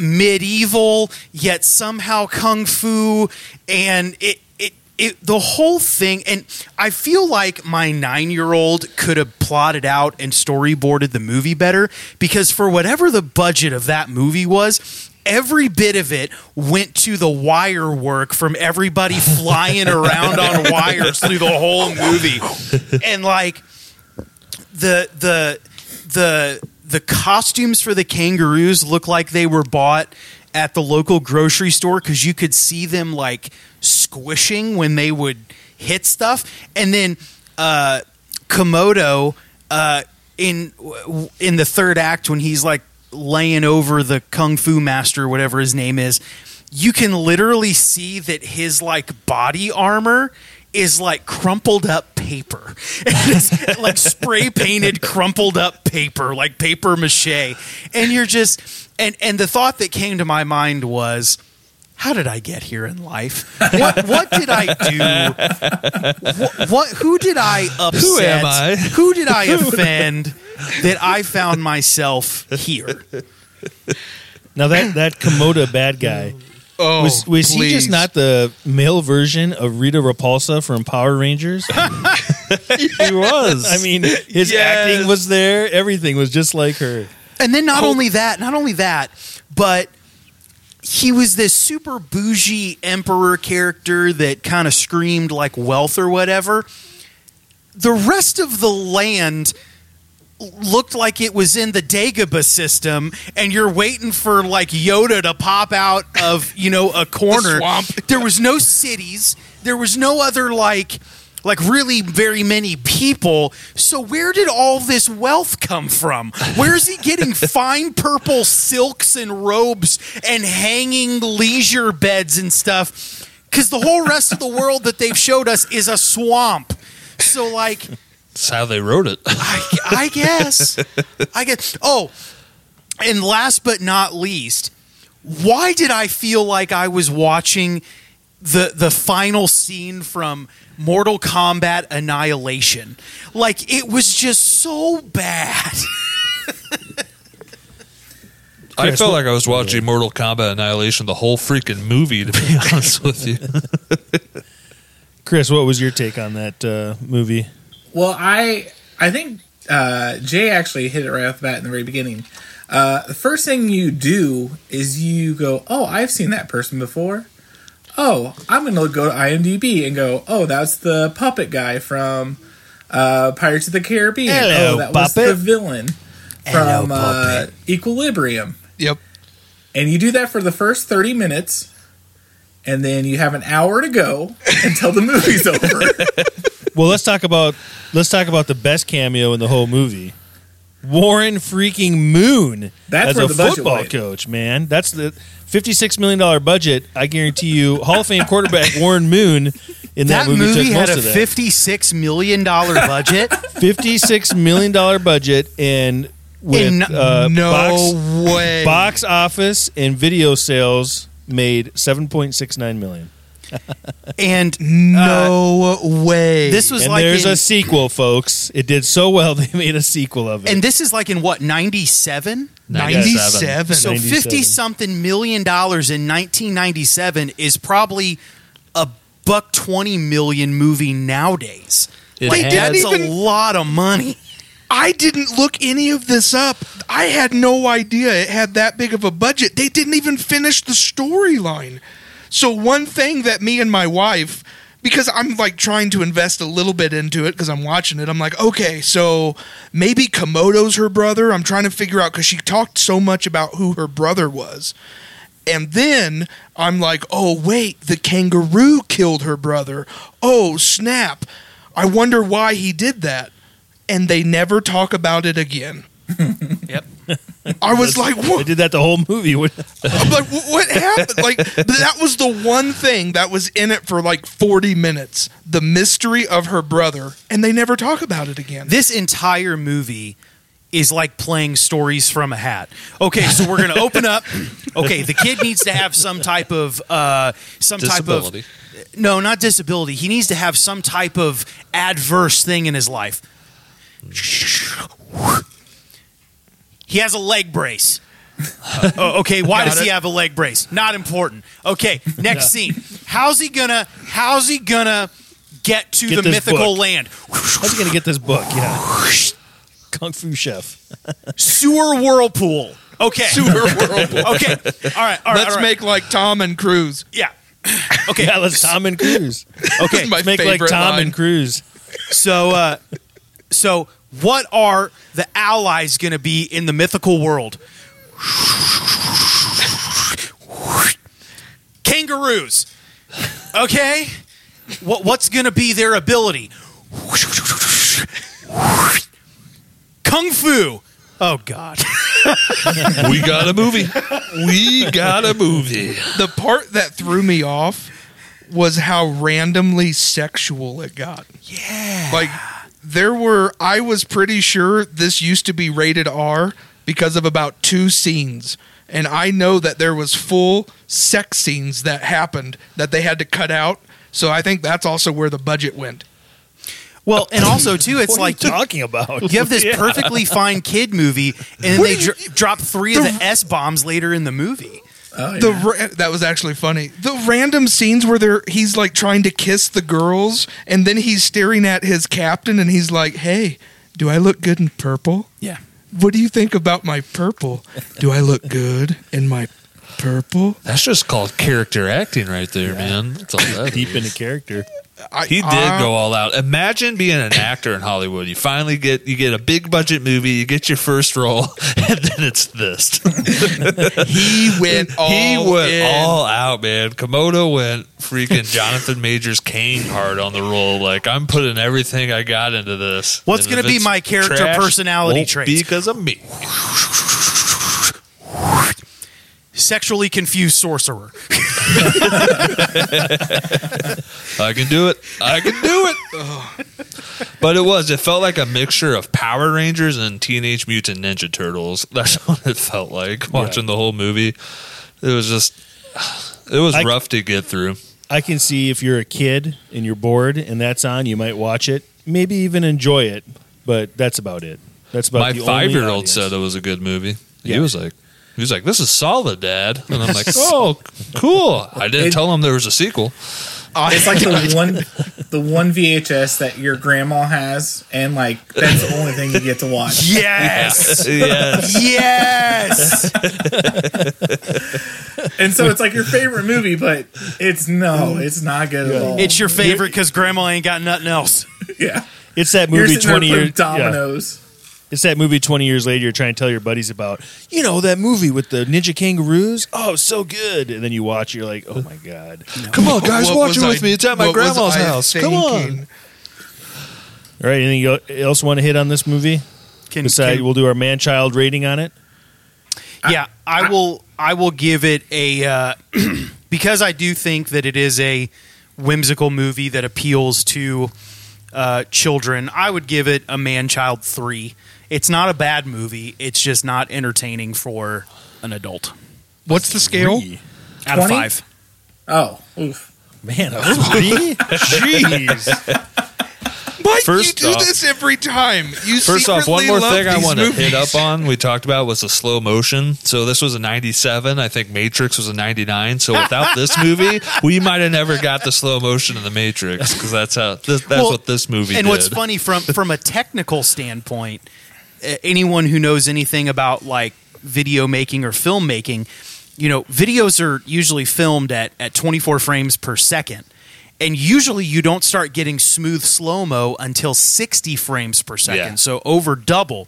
Speaker 3: medieval, yet somehow kung fu, and it. it it, the whole thing, and I feel like my nine year old could have plotted out and storyboarded the movie better because, for whatever the budget of that movie was, every bit of it went to the wire work from everybody flying around on wires through the whole movie. And, like, the the the the costumes for the kangaroos look like they were bought at the local grocery store because you could see them like squishing when they would hit stuff, and then uh, Komodo uh, in w- in the third act when he's like laying over the kung fu master, whatever his name is. you can literally see that his like body armor is like crumpled up paper. it's like spray painted crumpled up paper, like paper mache. And you're just and and the thought that came to my mind was how did I get here in life? What what did I do? What, what who did I upset?
Speaker 1: Who am I?
Speaker 3: Who did I offend that I found myself here?
Speaker 2: Now that that Komoda bad guy
Speaker 4: Oh,
Speaker 2: was was he
Speaker 4: please.
Speaker 2: just not the male version of Rita Repulsa from Power Rangers?
Speaker 1: He was.
Speaker 2: I mean, his acting was there. Everything was just like her.
Speaker 3: And then
Speaker 1: Oh.
Speaker 3: not only that, not only that, but he was this super bougie emperor character that kind of screamed like wealth or whatever. The rest of the land looked like it was in the Dagobah system, and you're waiting for like Yoda to pop out of you know a corner.
Speaker 4: swamp.
Speaker 3: There was no cities. There was no other like like really very many people. So where did all this wealth come from? Where is he getting fine purple silks and robes and hanging leisure beds and stuff? Because the whole rest of the world that they've showed us is a swamp. So like.
Speaker 1: That's how they wrote it.
Speaker 3: I, I guess. I guess. Oh, and last but not least, why did I feel like I was watching the the final scene from Mortal Kombat Annihilation? Like it was just so bad.
Speaker 1: I felt like I was watching Mortal Kombat Annihilation, the whole freaking movie, to be honest with you.
Speaker 2: Chris, what was your take on that uh, movie?
Speaker 6: Well, I I think uh, Jay actually hit it right off the bat in the very beginning. Uh, the first thing you do is you go, "Oh, I've seen that person before." Oh, I'm gonna go to IMDb and go, "Oh, that's the puppet guy from uh, Pirates of the Caribbean."
Speaker 2: Hello,
Speaker 6: oh, that was
Speaker 2: puppet.
Speaker 6: the villain
Speaker 3: Hello,
Speaker 6: from uh, Equilibrium.
Speaker 4: Yep.
Speaker 6: And you do that for the first 30 minutes, and then you have an hour to go until the movie's over.
Speaker 2: Well, let's talk about let's talk about the best cameo in the whole movie. Warren freaking Moon
Speaker 6: That's
Speaker 2: as
Speaker 6: where
Speaker 2: a
Speaker 6: the budget
Speaker 2: football
Speaker 6: went.
Speaker 2: coach, man. That's the fifty-six million dollar budget. I guarantee you, Hall of Fame quarterback Warren Moon in that,
Speaker 3: That, movie,
Speaker 2: took
Speaker 3: had
Speaker 2: most
Speaker 3: a
Speaker 2: of that.
Speaker 3: fifty six million dollar budget.
Speaker 2: fifty-six million dollar budget and with
Speaker 3: In
Speaker 2: uh,
Speaker 4: no
Speaker 2: box,
Speaker 4: way.
Speaker 2: box office and video sales made seven point six nine million.
Speaker 3: and
Speaker 2: Uh,
Speaker 4: No way.
Speaker 3: this was
Speaker 2: And
Speaker 3: like
Speaker 2: there's
Speaker 3: in-
Speaker 2: a sequel, folks. It did so well they made a sequel of it.
Speaker 3: and this is like in what, ninety seven?
Speaker 4: 97.
Speaker 3: So
Speaker 2: 97.
Speaker 3: 50 something million dollars in 1997 is probably a buck 20 million movie nowadays.
Speaker 1: It
Speaker 3: like,
Speaker 1: has-
Speaker 3: that's
Speaker 4: Didn't
Speaker 3: a
Speaker 4: even-
Speaker 3: lot of money.
Speaker 4: I didn't look any of this up. I had no idea it had that big of a budget. They didn't even finish the storyline. So one thing that me and my wife because I'm like trying to invest a little bit into it because I'm watching it. I'm like, okay, so maybe Komodo's her brother. I'm trying to figure out because she talked so much about who her brother was. And then I'm like, oh, wait, the kangaroo killed her brother. Oh, snap. I wonder why he did that. And they never talk about it again.
Speaker 3: Yep.
Speaker 4: I was like,
Speaker 2: They
Speaker 4: what?
Speaker 2: did that the whole movie. What-
Speaker 4: I'm like, wh- what happened? Like, that was the one thing that was in it for like 40 minutes the mystery of her brother. And they never talk about it again.
Speaker 3: This entire movie is like playing stories from a hat. Okay, so we're going to open up. Okay, the kid needs to have some type of uh some type
Speaker 1: Disability.
Speaker 3: of No, not disability. He needs to have some type of adverse thing in his life. He has a leg brace. Oh, okay, why does he have a leg brace? Not important. Okay, next scene. How's he gonna? How's he gonna get to
Speaker 2: Get
Speaker 3: the
Speaker 2: this
Speaker 3: mythical
Speaker 2: book.
Speaker 3: land?
Speaker 2: How's he gonna get this book? Yeah, Kung Fu Chef.
Speaker 3: Sewer whirlpool. Okay. Sewer whirlpool. Okay. All right. All right.
Speaker 4: Let's
Speaker 3: all right.
Speaker 4: make like Tom and Cruise.
Speaker 3: Yeah. Okay.
Speaker 2: Yeah, let's Tom and Cruise.
Speaker 3: Okay.
Speaker 4: This is my
Speaker 2: Make like
Speaker 4: favorite
Speaker 2: Tom
Speaker 4: line.
Speaker 2: and Cruise.
Speaker 3: So, uh, so what are the allies going to be in the mythical world? Kangaroos. Okay. What, what's going to be their ability? Kung fu. Oh God.
Speaker 1: we got a movie. We got a movie.
Speaker 4: The part that threw me off was how randomly sexual it got. Yeah. Like there were I was pretty sure this used to be rated R because of about two scenes. And I know that there was full sex scenes that happened that they had to cut out. So I think that's also where the budget went.
Speaker 3: Well, and also too, it's
Speaker 2: What
Speaker 3: like
Speaker 2: are you talking about?
Speaker 3: You have this perfectly fine kid movie, and then they dro- drop three of the S bombs later in the movie.
Speaker 6: Oh, yeah.
Speaker 4: The ra- that was actually funny. The random scenes where they're he's like trying to kiss the girls, and then he's staring at his captain, and he's like, "Hey, do I look good in purple?
Speaker 3: Yeah.
Speaker 4: What do you think about my purple? Do I look good in my purple?"
Speaker 1: That's just called character acting, right there, man. That's all that
Speaker 2: Deep
Speaker 1: is.
Speaker 2: into character.
Speaker 4: I,
Speaker 1: He did
Speaker 4: I-
Speaker 1: go all out. Imagine being an actor in Hollywood. You finally get you get a big budget movie, you get your first role, and then it's this.
Speaker 4: He went all.
Speaker 1: he went
Speaker 4: in.
Speaker 1: all out, man. Komodo went freaking Jonathan Majors Kane hard on the role. Like I'm putting everything I got into this.
Speaker 3: What's
Speaker 1: And
Speaker 3: gonna
Speaker 1: if
Speaker 3: be
Speaker 1: it's
Speaker 3: my character
Speaker 1: trash,
Speaker 3: personality
Speaker 1: won't
Speaker 3: traits?
Speaker 1: be because of me.
Speaker 3: Sexually confused sorcerer.
Speaker 1: I can do it. I can do it. But it was. It felt like a mixture of Power Rangers and Teenage Mutant Ninja Turtles. That's what it felt like watching the whole movie. It was just. It was
Speaker 2: I-
Speaker 1: rough to get through.
Speaker 2: I can see if you're a kid and you're bored and that's on, you might watch it, maybe even enjoy it, but that's about it. That's about
Speaker 1: My
Speaker 2: the only
Speaker 1: five-year-old
Speaker 2: audience.
Speaker 1: said it was a good movie. He
Speaker 2: Yeah.
Speaker 1: was like, he was like, "This is solid, Dad," and I'm like, "Oh, cool." I didn't
Speaker 6: It-
Speaker 1: tell him there was a sequel.
Speaker 6: It's like the one, the one VHS that your grandma has, and like that's the only thing you get to watch.
Speaker 3: Yes.
Speaker 1: yeah,
Speaker 3: yes.
Speaker 6: And so it's like your favorite movie, but it's no, it's not good at all.
Speaker 3: It's your favorite because grandma ain't got nothing else.
Speaker 6: yeah,
Speaker 2: It's that
Speaker 6: you're
Speaker 2: movie
Speaker 6: sitting there
Speaker 2: twenty
Speaker 6: putting
Speaker 2: years. yeah.
Speaker 6: dominoes.
Speaker 2: It's that movie twenty years later. You're trying to tell your buddies about. You know that movie with the ninja kangaroos. Oh, so good. And then you watch. it, You're like, oh my god.
Speaker 1: come on, guys,
Speaker 4: What
Speaker 1: watch
Speaker 4: was
Speaker 1: it with
Speaker 4: I-
Speaker 1: me. It's at my
Speaker 4: what was
Speaker 1: grandma's
Speaker 4: I
Speaker 1: house. Come on.
Speaker 4: thinking?
Speaker 2: All right. Anything you- else want to hit on this movie?
Speaker 3: Can,
Speaker 2: Besides,
Speaker 3: can-
Speaker 2: we'll do our man-child rating on it.
Speaker 3: yeah, I will. I will give it a uh, because I do think that it is a whimsical movie that appeals to uh, children. I would give it a man child three. It's not a bad movie. It's just not entertaining for an adult.
Speaker 4: What's the scale?
Speaker 3: Out of
Speaker 6: 20?
Speaker 3: five.
Speaker 6: Oh, oof.
Speaker 2: Man, a three? Jeez.
Speaker 4: Why
Speaker 1: First
Speaker 4: you do
Speaker 1: off-
Speaker 4: this every time? You
Speaker 1: First off, one
Speaker 4: secretly
Speaker 1: more
Speaker 4: love
Speaker 1: thing I
Speaker 4: these
Speaker 1: want to hit
Speaker 4: movies.
Speaker 1: up on we talked about was the slow motion. So this was a 97. I think Matrix was a 99. So without this movie, we might have never got the slow motion in the Matrix because that's how this, that's
Speaker 3: Well,
Speaker 1: what this movie
Speaker 3: and
Speaker 1: did.
Speaker 3: what's funny from from a technical standpoint a- anyone who knows anything about like video making or filmmaking you know videos are usually filmed at at 24 frames per second and usually you don't start getting smooth slow mo until 60 frames per second
Speaker 1: Yeah.
Speaker 3: so over double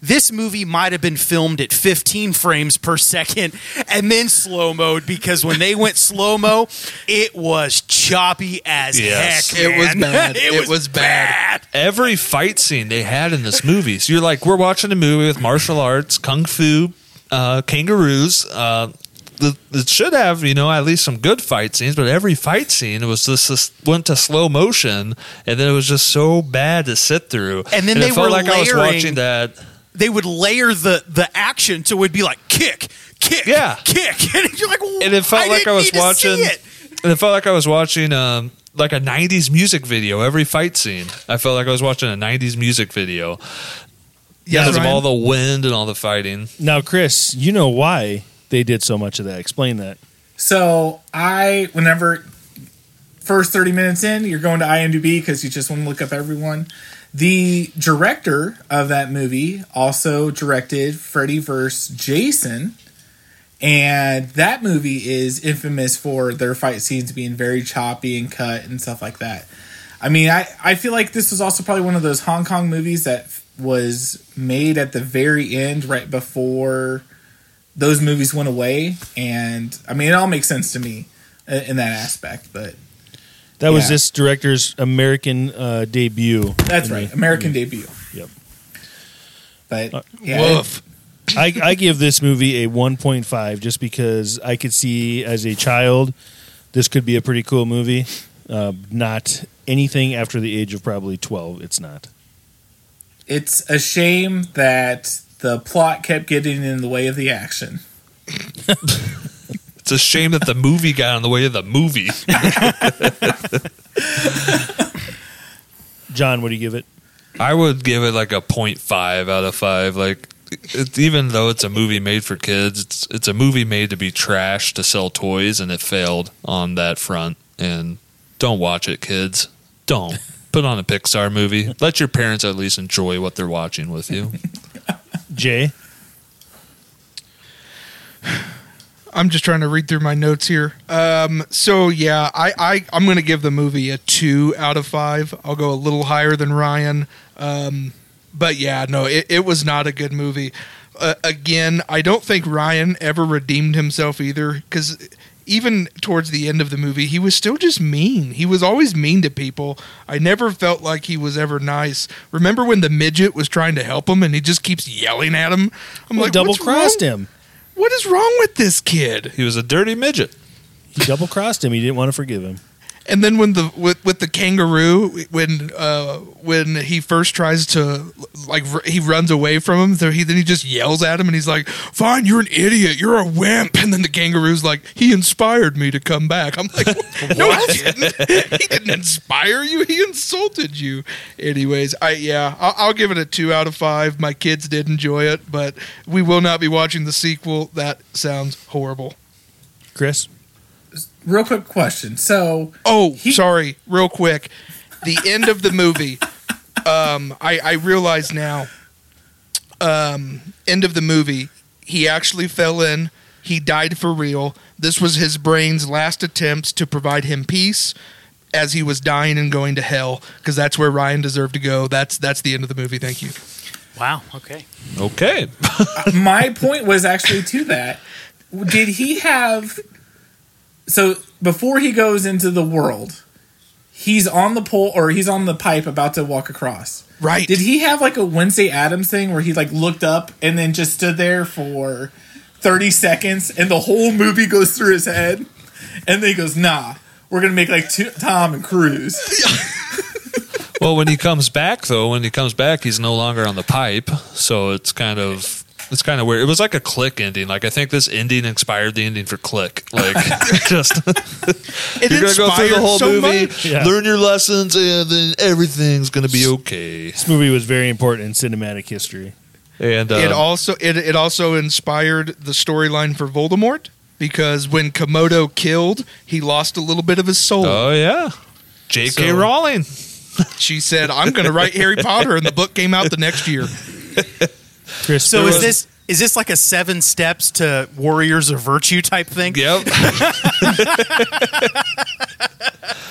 Speaker 3: this movie might have been filmed at 15 frames per second and then slow mode because when they went slow mo, it was choppy as
Speaker 1: Yes.
Speaker 3: heck.
Speaker 4: It was
Speaker 3: man.
Speaker 4: bad. It was bad.
Speaker 1: Every fight scene they had in this movie. So you're like, we're watching a movie with martial arts, kung fu, uh, kangaroos. Uh, the, it should have, you know, at least some good fight scenes, but every fight scene was just this went to slow motion, and then it was just so bad to sit through.
Speaker 3: And then they
Speaker 1: it felt
Speaker 3: were
Speaker 1: like I was
Speaker 3: layering-
Speaker 1: watching that
Speaker 3: they would layer the the action so it would be like kick, kick,
Speaker 1: Yeah.
Speaker 3: kick, and you're like,
Speaker 1: and it felt
Speaker 3: I
Speaker 1: like
Speaker 3: didn't
Speaker 1: I was
Speaker 3: need to see
Speaker 1: watching.
Speaker 3: it.
Speaker 1: And it felt like I was watching um, like a '90s music video. Every fight scene, I felt like I was watching a '90s music video
Speaker 4: Yes,
Speaker 1: because of
Speaker 4: Ryan?
Speaker 1: all the wind and all the fighting.
Speaker 2: Now, Chris, you know why they did so much of that. Explain that.
Speaker 6: So I, whenever first thirty minutes in, you're going to IMDb because you just want to look up everyone. The director of that movie also directed Freddy vs. Jason, and that movie is infamous for their fight scenes being very choppy and cut and stuff like that. I mean, I, I feel like this was also probably one of those Hong Kong movies that f- was made at the very end, right before those movies went away. And I mean, it all makes sense to me i- in that aspect. But
Speaker 2: That was
Speaker 6: Yeah.
Speaker 2: this director's American uh, debut.
Speaker 6: that's
Speaker 2: I
Speaker 6: right,
Speaker 2: mean,
Speaker 6: American debut.
Speaker 2: Yep.
Speaker 6: But yeah,
Speaker 4: Woof.
Speaker 2: I, I give this movie a 1.5 just because I could see as a child this could be a pretty cool movie. Uh, not anything after the age of probably 12. It's not.
Speaker 6: It's a shame that the plot kept getting in the way of the action.
Speaker 1: It's a shame that the movie got in the way of the movie.
Speaker 2: John, what do you give it?
Speaker 1: I would give it like a 0.5 out of 5. Like, it, even though it's a movie made for kids, it's, it's a movie made to be trash to sell toys, and it failed on that front. And don't watch it, kids. Don't. Put on a Pixar movie. Let your parents at least enjoy what they're watching with you.
Speaker 2: Jay?
Speaker 4: I'm just trying to read through my notes here. Um, so yeah, I, I I'm going to give the movie a two out of five. I'll go a little higher than Ryan. Um, but yeah, no, it, it was not a good movie. Uh, again, I don't think Ryan ever redeemed himself either because even towards the end of the movie, he was still just mean. He was always mean to people. I never felt like he was ever nice. Remember when the midget was trying to help him and he just keeps yelling at him? I'm
Speaker 2: Well,
Speaker 4: like,
Speaker 2: double
Speaker 4: "What's wrong-
Speaker 2: crossed him.
Speaker 4: What is wrong with this kid?
Speaker 1: He was a dirty midget.
Speaker 2: He double crossed him. He didn't want to forgive him.
Speaker 4: And then when the with, with the kangaroo when uh, when he first tries to like r- he runs away from him, so he then he just yells at him and he's like, "Fine, you're an idiot, you're a wimp." And then the kangaroo's like, "He inspired me to come back." I'm like, "No, he didn't. he didn't inspire you. He insulted you." Anyways, I yeah, I'll, I'll give it a two out of five. My kids did enjoy it, but we will not be watching the sequel. That sounds horrible.
Speaker 2: Chris?
Speaker 6: Real quick question. So
Speaker 4: Oh,
Speaker 6: He-
Speaker 4: sorry, real quick. The end of the movie. Um, I, I realize now. Um, end of the movie. He actually fell in. He died for real. This was his brain's last attempts to provide him peace as he was dying and going to hell because that's where Ryan deserved to go. That's that's the end of the movie. Thank you.
Speaker 7: Wow. Okay.
Speaker 1: Okay.
Speaker 6: my point was actually to that. Did he have so before he goes into the world, he's on the pole or he's on the pipe about to walk across.
Speaker 4: Right.
Speaker 6: Did he have like a Wednesday Adams thing where he like looked up and then just stood there for 30 seconds and the whole movie goes through his head and then he goes, "Nah, we're going to make like two, Tom and Cruise."
Speaker 1: Well, when he comes back though, when he comes back, he's no longer on the pipe, so it's kind of it's kind of weird. It was like a click ending. Like I think this ending inspired the ending for Click. Like just
Speaker 4: It
Speaker 1: you're gonna go through the
Speaker 4: inspired
Speaker 1: whole
Speaker 4: so
Speaker 1: movie,
Speaker 4: much.
Speaker 2: Yeah.
Speaker 1: learn your lessons, and then everything's gonna be okay.
Speaker 2: This movie was very important in cinematic history.
Speaker 1: And
Speaker 4: it
Speaker 1: um,
Speaker 4: also it, it also inspired the storyline for Voldemort because when Komodo killed, he lost a little bit of his soul.
Speaker 1: oh yeah, J.K.
Speaker 4: So-
Speaker 1: Rowling.
Speaker 4: She said, "I'm going to write Harry Potter," and the book came out the next year.
Speaker 2: Chris,
Speaker 7: So
Speaker 2: there
Speaker 7: is
Speaker 2: was-
Speaker 7: this is this like a seven steps to warriors of virtue type thing?
Speaker 1: Yep.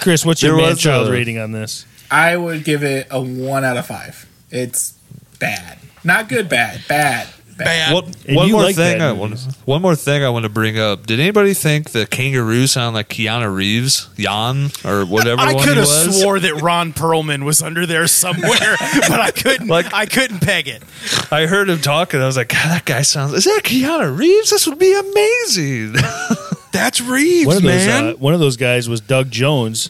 Speaker 2: Chris, what's your
Speaker 1: there
Speaker 2: man
Speaker 1: was
Speaker 2: child
Speaker 1: a-
Speaker 2: rating on this?
Speaker 6: I would give it a 1 out of 5. It's bad. Not good bad, bad. Bad.
Speaker 4: Bad.
Speaker 1: One,
Speaker 2: And
Speaker 1: one
Speaker 2: you
Speaker 1: more
Speaker 2: like
Speaker 1: thing.
Speaker 2: bad
Speaker 1: I want, one more thing I want to bring up. Did anybody think the kangaroo sound like Keanu Reeves, Jan, or whatever
Speaker 7: I
Speaker 1: one
Speaker 7: could
Speaker 1: he
Speaker 7: have
Speaker 1: was?
Speaker 7: swore that Ron Perlman was under there somewhere, but I couldn't.
Speaker 1: Like-
Speaker 7: I couldn't peg it.
Speaker 1: I heard him talking. I was like, God, that guy sounds. Is that Keanu Reeves? This would be amazing.
Speaker 4: That's Reeves,
Speaker 2: One of those,
Speaker 4: man.
Speaker 2: uh, one of those guys was Doug Jones.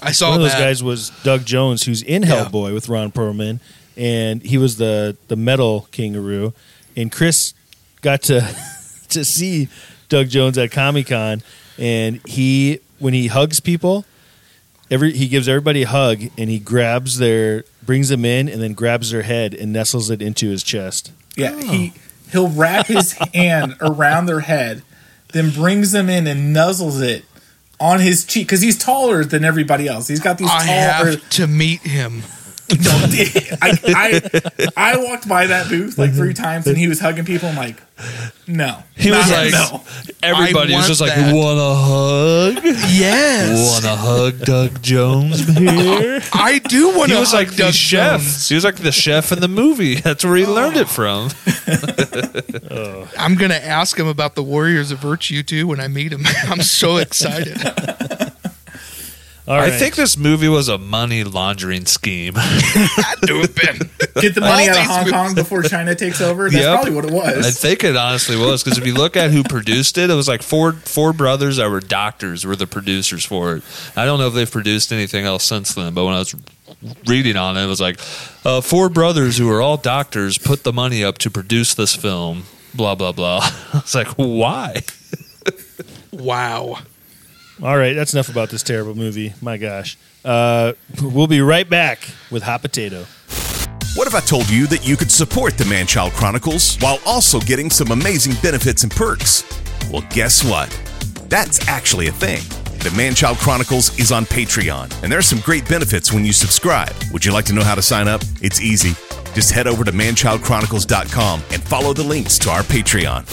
Speaker 4: I saw
Speaker 2: One of those
Speaker 4: that.
Speaker 2: guys was Doug Jones, who's in Hellboy with Ron Perlman, and he was the the metal kangaroo. And Chris got to to see Doug Jones at Comic Con, and he when he hugs people, every he gives everybody a hug, and he grabs their brings them in, and then grabs their head and nestles it into his chest.
Speaker 6: Yeah,
Speaker 1: Oh.
Speaker 6: he he'll wrap his hand around their head, then brings them in and nuzzles it on his cheek because he's taller than everybody else. He's got these
Speaker 4: I
Speaker 6: taller.
Speaker 4: have to meet him.
Speaker 6: I, I I walked by that booth like three times and he was hugging people. I'm like, no,
Speaker 1: He was
Speaker 6: Not-
Speaker 1: like,
Speaker 6: no.
Speaker 1: everybody
Speaker 4: I
Speaker 1: was
Speaker 4: want
Speaker 1: just like,
Speaker 4: that.
Speaker 1: want a hug?
Speaker 4: Yes,
Speaker 1: Want a hug, Doug Jones here?
Speaker 4: I do want
Speaker 1: He
Speaker 4: to.
Speaker 1: was like the
Speaker 4: Doug
Speaker 1: chef.
Speaker 4: Jones.
Speaker 1: He was like the chef in the movie. That's where he learned it from.
Speaker 4: I'm going to ask him about the Warriors of Virtue too when I meet him. I'm so excited.
Speaker 2: All right.
Speaker 1: I think this movie was a money laundering scheme.
Speaker 4: I'd do it, Ben.
Speaker 6: Get the money
Speaker 4: All
Speaker 6: out of
Speaker 4: these
Speaker 6: Hong
Speaker 4: movies-
Speaker 6: Kong before China takes over. That's
Speaker 1: Yep.
Speaker 6: probably what it
Speaker 1: I
Speaker 6: was.
Speaker 1: think it honestly was because if you look at who produced it, it was like four four brothers that were doctors were the producers for it. I don't know if they've produced anything else since then, but when I was reading on it, it was like uh, four brothers who were all doctors put the money up to produce this film. Blah blah blah. I was like, why?
Speaker 4: Wow.
Speaker 2: All right, that's enough about this terrible movie. My gosh. Uh, we'll be right back with Hot Potato.
Speaker 5: What if I told you that you could support the Manchild Chronicles while also getting some amazing benefits and perks? Well, guess what? That's actually a thing. The Manchild Chronicles is on Patreon, and there are some great benefits when you subscribe. Would you like to know how to sign up? It's easy. Just head over to manchildchronicles.com and follow the links to our Patreon.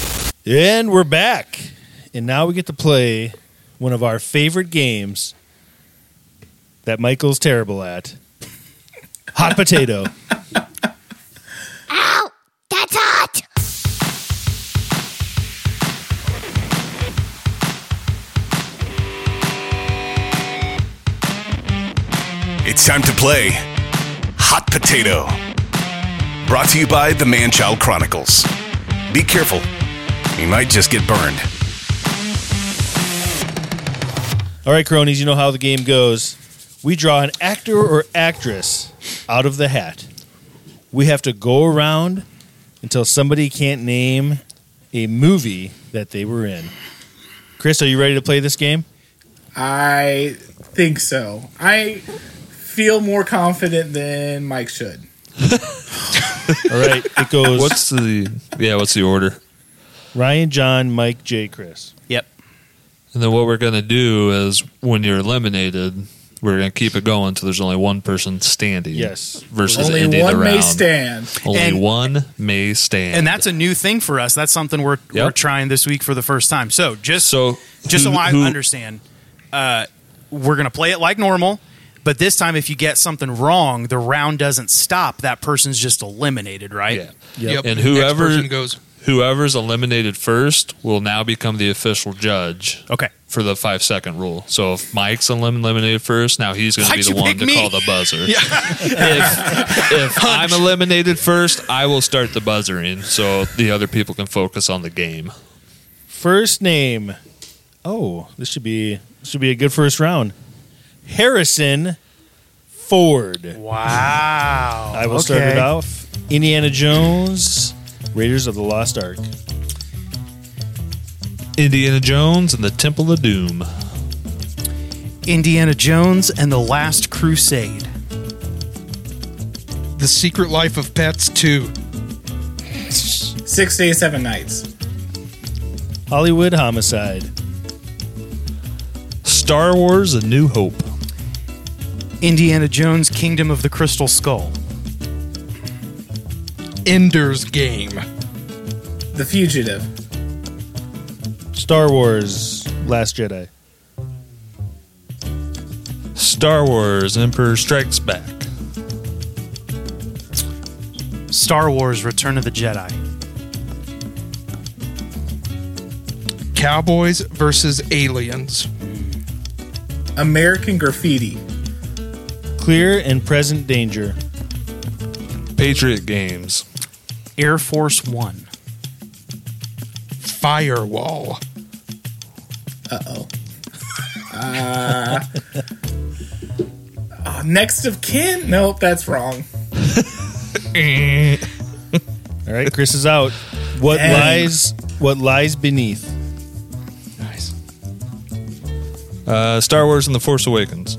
Speaker 2: And we're back. And now we get to play one of our favorite games that Michael's terrible at Hot Potato.
Speaker 8: Ow! That's hot!
Speaker 5: It's time to play Hot Potato. Brought to you by the Manchild Chronicles. Be careful, you might just get burned.
Speaker 2: All right, cronies, you know how the game goes. We draw an actor or actress out of the hat. We have to go around until somebody can't name a movie that they were in. Chris, are you ready to play this game?
Speaker 6: I think so. I feel more confident than Mike should.
Speaker 2: All right, it goes
Speaker 1: What's the yeah? What's the order?
Speaker 2: Ryan, John, Mike, Jay, Chris.
Speaker 7: Yep.
Speaker 1: And then what we're gonna do is when you're eliminated, we're gonna keep it going until there's only one person standing.
Speaker 2: Yes.
Speaker 1: Versus
Speaker 6: Only
Speaker 1: ending
Speaker 6: one
Speaker 1: the
Speaker 6: may
Speaker 1: round.
Speaker 6: stand.
Speaker 1: Only
Speaker 7: And-
Speaker 1: one may stand.
Speaker 7: And that's a new thing for us. That's something we're we're
Speaker 1: Yep.
Speaker 7: trying this week for the first time. So just
Speaker 1: So,
Speaker 7: just
Speaker 1: who-
Speaker 7: so I
Speaker 1: who-
Speaker 7: understand, uh, we're gonna play it like normal. But this time, if you get something wrong, the round doesn't stop. That person's just eliminated, right?
Speaker 1: yeah.
Speaker 4: Yep.
Speaker 1: And
Speaker 4: Next
Speaker 1: whoever-
Speaker 4: person goes.
Speaker 1: whoever's eliminated first will now become the official judge
Speaker 7: Okay.
Speaker 1: for the five second rule. So if Mike's elim- eliminated first, now he's going to be
Speaker 7: Why'd
Speaker 1: the
Speaker 7: you
Speaker 1: one
Speaker 7: pick
Speaker 1: to
Speaker 7: me?
Speaker 1: call the buzzer. If, if I'm eliminated first, I will start the buzzering so the other people can focus on the game.
Speaker 2: First name. Oh, this should be this should be a good first round. Harrison Ford.
Speaker 7: Wow.
Speaker 2: I will start it
Speaker 7: Okay.
Speaker 2: off. Indiana Jones, Raiders of the Lost Ark.
Speaker 1: Indiana Jones and the Temple of Doom.
Speaker 7: Indiana Jones and the Last Crusade.
Speaker 4: The Secret Life of Pets 2.
Speaker 6: Six days, seven nights.
Speaker 2: Hollywood Homicide.
Speaker 1: Star Wars A New Hope.
Speaker 7: Indiana Jones Kingdom of the Crystal Skull.
Speaker 4: Ender's Game.
Speaker 6: The Fugitive.
Speaker 2: Star Wars Last Jedi.
Speaker 1: Star Wars Emperor Strikes Back.
Speaker 7: Star Wars Return of the Jedi.
Speaker 4: Cowboys versus Aliens.
Speaker 6: American Graffiti.
Speaker 2: Clear and Present Danger.
Speaker 1: Patriot Games.
Speaker 7: Air Force One.
Speaker 4: Firewall.
Speaker 6: Uh, next of kin? Nope, that's wrong.
Speaker 7: Eh.
Speaker 2: All right, Chris is out. What
Speaker 6: Dang.
Speaker 2: lies what lies beneath?
Speaker 4: Nice.
Speaker 1: Uh, Star Wars and the Force Awakens.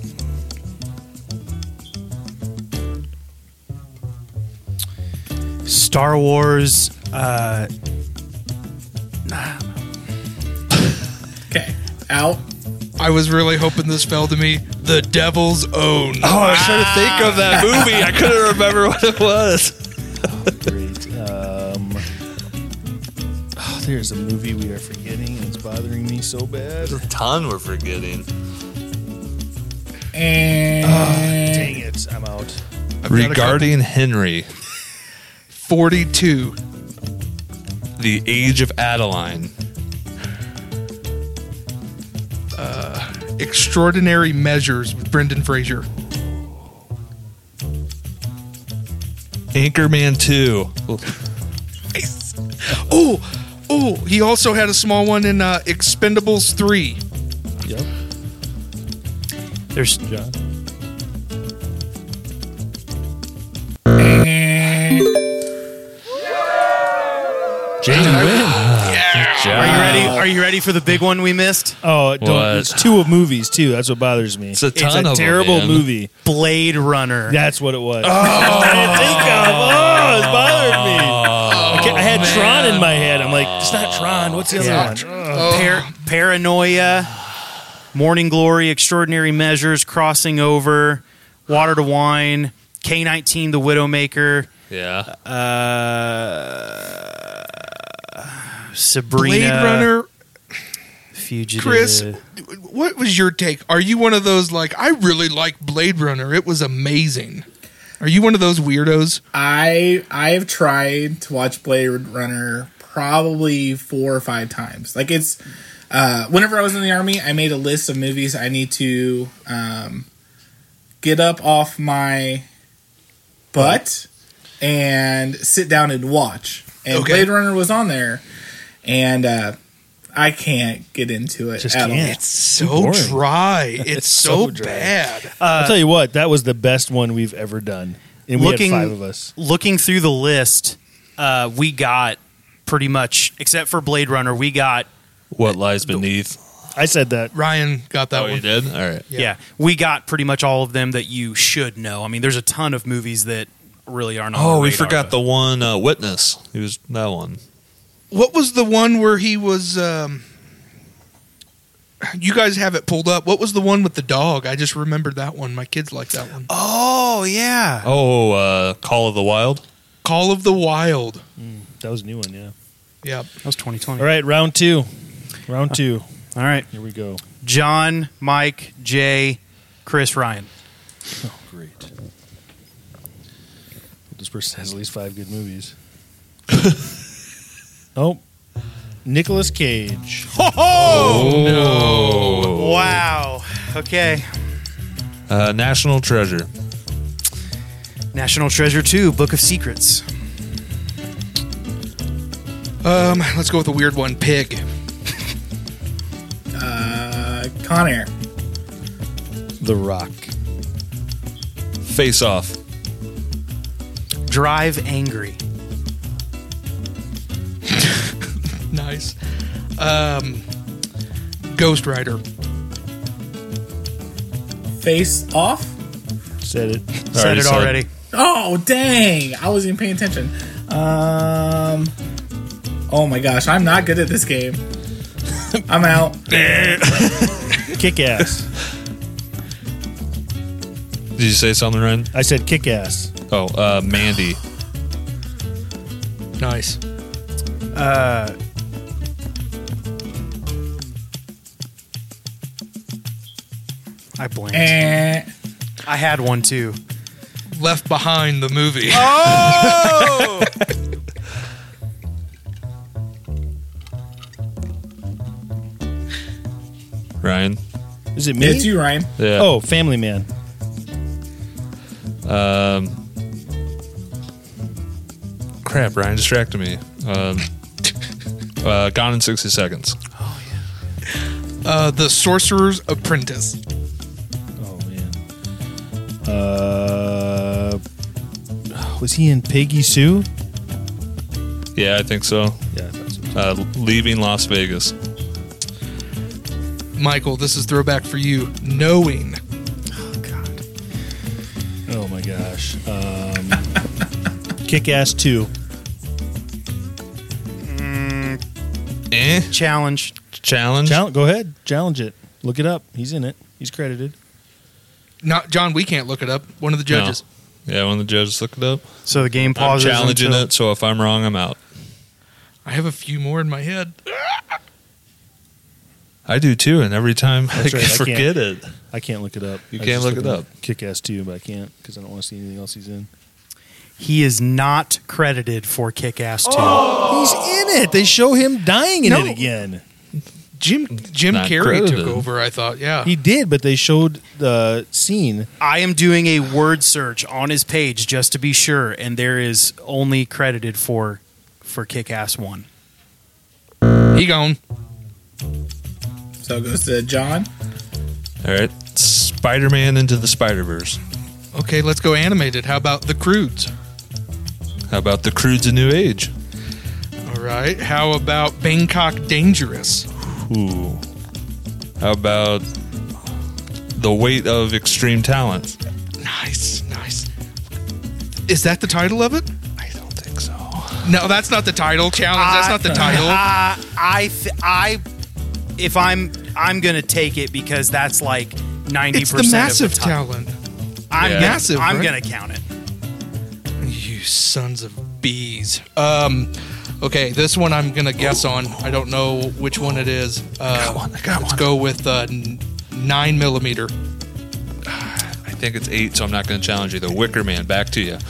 Speaker 7: Star Wars. Uh,
Speaker 6: Okay. Out.
Speaker 4: I was really hoping this fell to me. The Devil's Own.
Speaker 1: Oh, I was trying to think of that movie. I couldn't remember what it was.
Speaker 2: Great. Um, oh, there's a movie we are forgetting and it's bothering me so bad.
Speaker 1: A ton we're forgetting.
Speaker 6: And
Speaker 2: Dang it, I'm out.
Speaker 1: Regarding Henry,
Speaker 4: 42.
Speaker 1: The Age of Adeline,
Speaker 4: Extraordinary Measures with Brendan Fraser.
Speaker 1: Anchorman 2.
Speaker 4: Oh, oh, he also had a small one in uh, Expendables 3.
Speaker 3: There's
Speaker 2: Jane Wynn.
Speaker 3: Are you ready?
Speaker 1: Uh,
Speaker 3: Are you ready for the big one we missed?
Speaker 2: Oh,
Speaker 1: What?
Speaker 2: don't, it's two of movies too. That's what bothers me.
Speaker 1: It's a ton of 'em,
Speaker 2: terrible
Speaker 1: man.
Speaker 2: movie.
Speaker 3: Blade Runner.
Speaker 2: That's what it was. I was trying to think of. Oh, it's bothered me.
Speaker 1: Oh,
Speaker 2: Okay, I had Tron in my head. I'm like, it's not Tron. What's the other
Speaker 3: Yeah.
Speaker 2: one?
Speaker 4: Uh,
Speaker 3: Par- paranoia, Morning Glory, Extraordinary Measures, Crossing Over, Water to Wine, K nineteen, The Widowmaker,
Speaker 1: Yeah.
Speaker 3: Sabrina,
Speaker 4: Blade Runner.
Speaker 3: Fugitive.
Speaker 4: Chris, what was your take? Are you one of those, like, I really like Blade Runner? It was amazing. Are you one of those weirdos?
Speaker 6: I I have tried to watch Blade Runner probably four or five times. Like it's uh, whenever I was in the army, I made a list of movies I need to um, get up off my butt and sit down and watch. And
Speaker 4: Okay.
Speaker 6: Blade Runner was on there, and uh, I can't get into it
Speaker 2: Just
Speaker 6: at all.
Speaker 2: can't.
Speaker 4: It's so
Speaker 2: boring.
Speaker 4: dry. It's so,
Speaker 2: so dry.
Speaker 4: bad.
Speaker 2: I'll tell you what, that was the best one we've ever done, and we
Speaker 3: Looking-
Speaker 2: had five of us.
Speaker 3: looking through the list, uh, we got pretty much, except for Blade Runner, we got
Speaker 1: What lies beneath?
Speaker 2: I said that.
Speaker 4: Ryan got that
Speaker 1: Oh,
Speaker 4: one.
Speaker 1: you did? All right.
Speaker 3: yeah. we got pretty much all of them that you should know. I mean, there's a ton of movies that really aren't. On
Speaker 1: Oh,
Speaker 3: the
Speaker 1: we
Speaker 3: radar,
Speaker 1: forgot
Speaker 3: but-
Speaker 1: the one uh, witness. It was that one.
Speaker 4: What was the one where he was? Um, you guys have it pulled up. What was the one with the dog? I just remembered that one. My kids like that one.
Speaker 3: Oh yeah,
Speaker 1: Oh, uh, Call of the Wild.
Speaker 4: Call of the Wild.
Speaker 2: That was a new one. Yeah.
Speaker 4: Yeah.
Speaker 3: that was 2020.
Speaker 2: All right, round two. Round two.
Speaker 3: All right,
Speaker 2: Here we go.
Speaker 3: John, Mike, Jay, Chris, Ryan.
Speaker 2: Great. This person has at least five good movies. oh, Nicolas Cage.
Speaker 3: Wow. Okay.
Speaker 1: Uh, National Treasure.
Speaker 3: National Treasure 2, Book of Secrets.
Speaker 4: Um. Let's go with a weird one. Pig.
Speaker 6: Uh, Con Air.
Speaker 2: The Rock.
Speaker 1: Face Off.
Speaker 3: Drive Angry.
Speaker 4: Nice. Um. Ghost Rider.
Speaker 6: Face Off.
Speaker 2: Said it.
Speaker 3: Said
Speaker 1: Already
Speaker 3: it
Speaker 1: said.
Speaker 3: already.
Speaker 6: Oh dang! I wasn't even paying attention. Um. Oh my gosh, I'm not good at this game. I'm out.
Speaker 2: Kick ass.
Speaker 1: Did you say something, Ryan?
Speaker 2: I said kick ass.
Speaker 1: Oh, uh, Mandy.
Speaker 4: Nice.
Speaker 3: I blanked.
Speaker 6: Eh.
Speaker 3: I had one too.
Speaker 4: Left Behind the movie.
Speaker 1: Ryan.
Speaker 2: Is it me?
Speaker 6: It's you, Ryan.
Speaker 1: Yeah.
Speaker 2: Oh, Family Man.
Speaker 1: Um, crap, Ryan distracted me. Um, uh, gone in 60 seconds.
Speaker 4: Uh. The Sorcerer's Apprentice.
Speaker 2: Oh man. Uh, was he in Peggy Sue?
Speaker 1: Yeah, I think so.
Speaker 2: Yeah. I thought so.
Speaker 1: Uh, leaving Las Vegas.
Speaker 4: Michael, this is throwback for you. Knowing.
Speaker 2: Oh my gosh. Um, kick ass two.
Speaker 1: Eh?
Speaker 3: Challenge.
Speaker 1: Challenge?
Speaker 2: Challenge. Go ahead. Challenge it. Look it up. He's in it. He's credited.
Speaker 4: Not John. We can't look it up. One of the
Speaker 1: No.
Speaker 4: judges.
Speaker 1: Yeah, when the judges look it up.
Speaker 3: So the game
Speaker 1: I'm
Speaker 3: pauses.
Speaker 1: challenging
Speaker 3: until-
Speaker 1: it, so if I'm wrong, I'm out.
Speaker 4: I have a few more in my head.
Speaker 1: I do too, and every time
Speaker 2: That's
Speaker 1: I
Speaker 2: right, I can't.
Speaker 1: forget it.
Speaker 2: I can't look it up.
Speaker 1: You
Speaker 2: I was
Speaker 1: can't
Speaker 2: just
Speaker 1: look it
Speaker 2: looking
Speaker 1: up.
Speaker 2: Kick ass two, but I can't because I don't want to see anything else he's in.
Speaker 3: He is not
Speaker 4: Oh!
Speaker 3: credited for Kick Ass 2.
Speaker 2: He's in it. They show him dying in
Speaker 4: No.
Speaker 2: it again.
Speaker 4: Jim Jim
Speaker 1: Not
Speaker 4: Carrey
Speaker 1: credited.
Speaker 4: took over. I thought, yeah,
Speaker 2: He did, but they showed the scene.
Speaker 3: I am doing a word search on his page just to be sure, and there is only credited for for Kick Ass One.
Speaker 4: he gone.
Speaker 6: So it goes to John.
Speaker 1: All right, Spider Man into the Spider Verse.
Speaker 4: Okay, let's go animated. How about the Crudes?
Speaker 1: How about the Crude's a New Age?
Speaker 4: All right. How about Bangkok Dangerous?
Speaker 1: Ooh. How about the weight of extreme talent?
Speaker 4: Nice, nice. Is that the title of it?
Speaker 1: I don't think so.
Speaker 4: No, that's not the title challenge. That's not the title.
Speaker 3: Uh, I th- I if I'm I'm gonna take it because that's like ninety
Speaker 4: It's the
Speaker 3: percent.
Speaker 4: massive
Speaker 3: of the time.
Speaker 4: talent.
Speaker 3: I'm
Speaker 1: Yeah.
Speaker 3: gonna,
Speaker 4: Massive,
Speaker 3: I'm
Speaker 4: right?
Speaker 3: gonna count it.
Speaker 4: You sons of bees. Um, okay, this one I'm gonna guess on. I don't know which one it is. Uh, let's go with uh, n- nine millimeter.
Speaker 1: I think it's eight, so I'm not going to challenge you. The Wicker Man, back to you.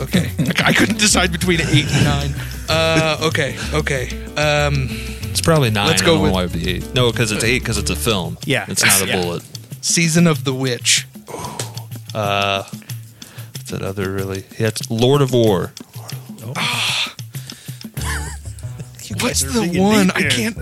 Speaker 4: Okay, I couldn't decide between eight and nine. Uh, okay, okay. Um,
Speaker 1: It's probably 9
Speaker 4: Let's go
Speaker 1: I don't
Speaker 4: with-
Speaker 1: know why it'd be eight. No, because it's eight because it's a film.
Speaker 3: Yeah.
Speaker 1: it's not a
Speaker 3: Yeah.
Speaker 1: bullet.
Speaker 4: season of the witch.
Speaker 1: What's that other really? Yeah, it's Lord of War.
Speaker 4: What's the one? I can't.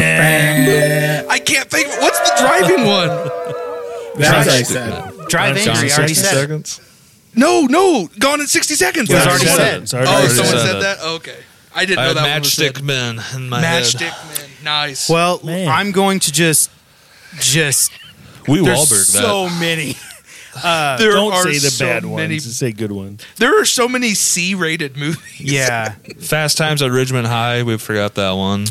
Speaker 4: I can't think. of- What's the driving one?
Speaker 6: That was already said.
Speaker 3: Drive angry. I already said. it.
Speaker 1: seconds.
Speaker 4: No, no, gone in sixty seconds.
Speaker 3: It was
Speaker 4: That's
Speaker 3: already
Speaker 4: the one.
Speaker 3: said.
Speaker 2: It's already
Speaker 4: Oh,
Speaker 1: already
Speaker 4: someone
Speaker 1: said
Speaker 4: said
Speaker 1: that.
Speaker 4: that. Okay, I didn't
Speaker 1: I
Speaker 4: know
Speaker 1: had
Speaker 4: that one was
Speaker 1: Matchstick
Speaker 4: said.
Speaker 1: Men in my head.
Speaker 4: Matchstick man, nice.
Speaker 3: Well,
Speaker 2: Man.
Speaker 3: I'm going to just just
Speaker 1: We
Speaker 3: there's
Speaker 1: Wahlberg
Speaker 3: so many.
Speaker 4: there
Speaker 2: Don't
Speaker 4: are
Speaker 2: say the
Speaker 4: so
Speaker 2: bad
Speaker 4: many-
Speaker 2: ones. Say good ones.
Speaker 4: There are so many C-rated movies.
Speaker 3: Yeah.
Speaker 1: that. Fast Times at Ridgemont High. We forgot that one.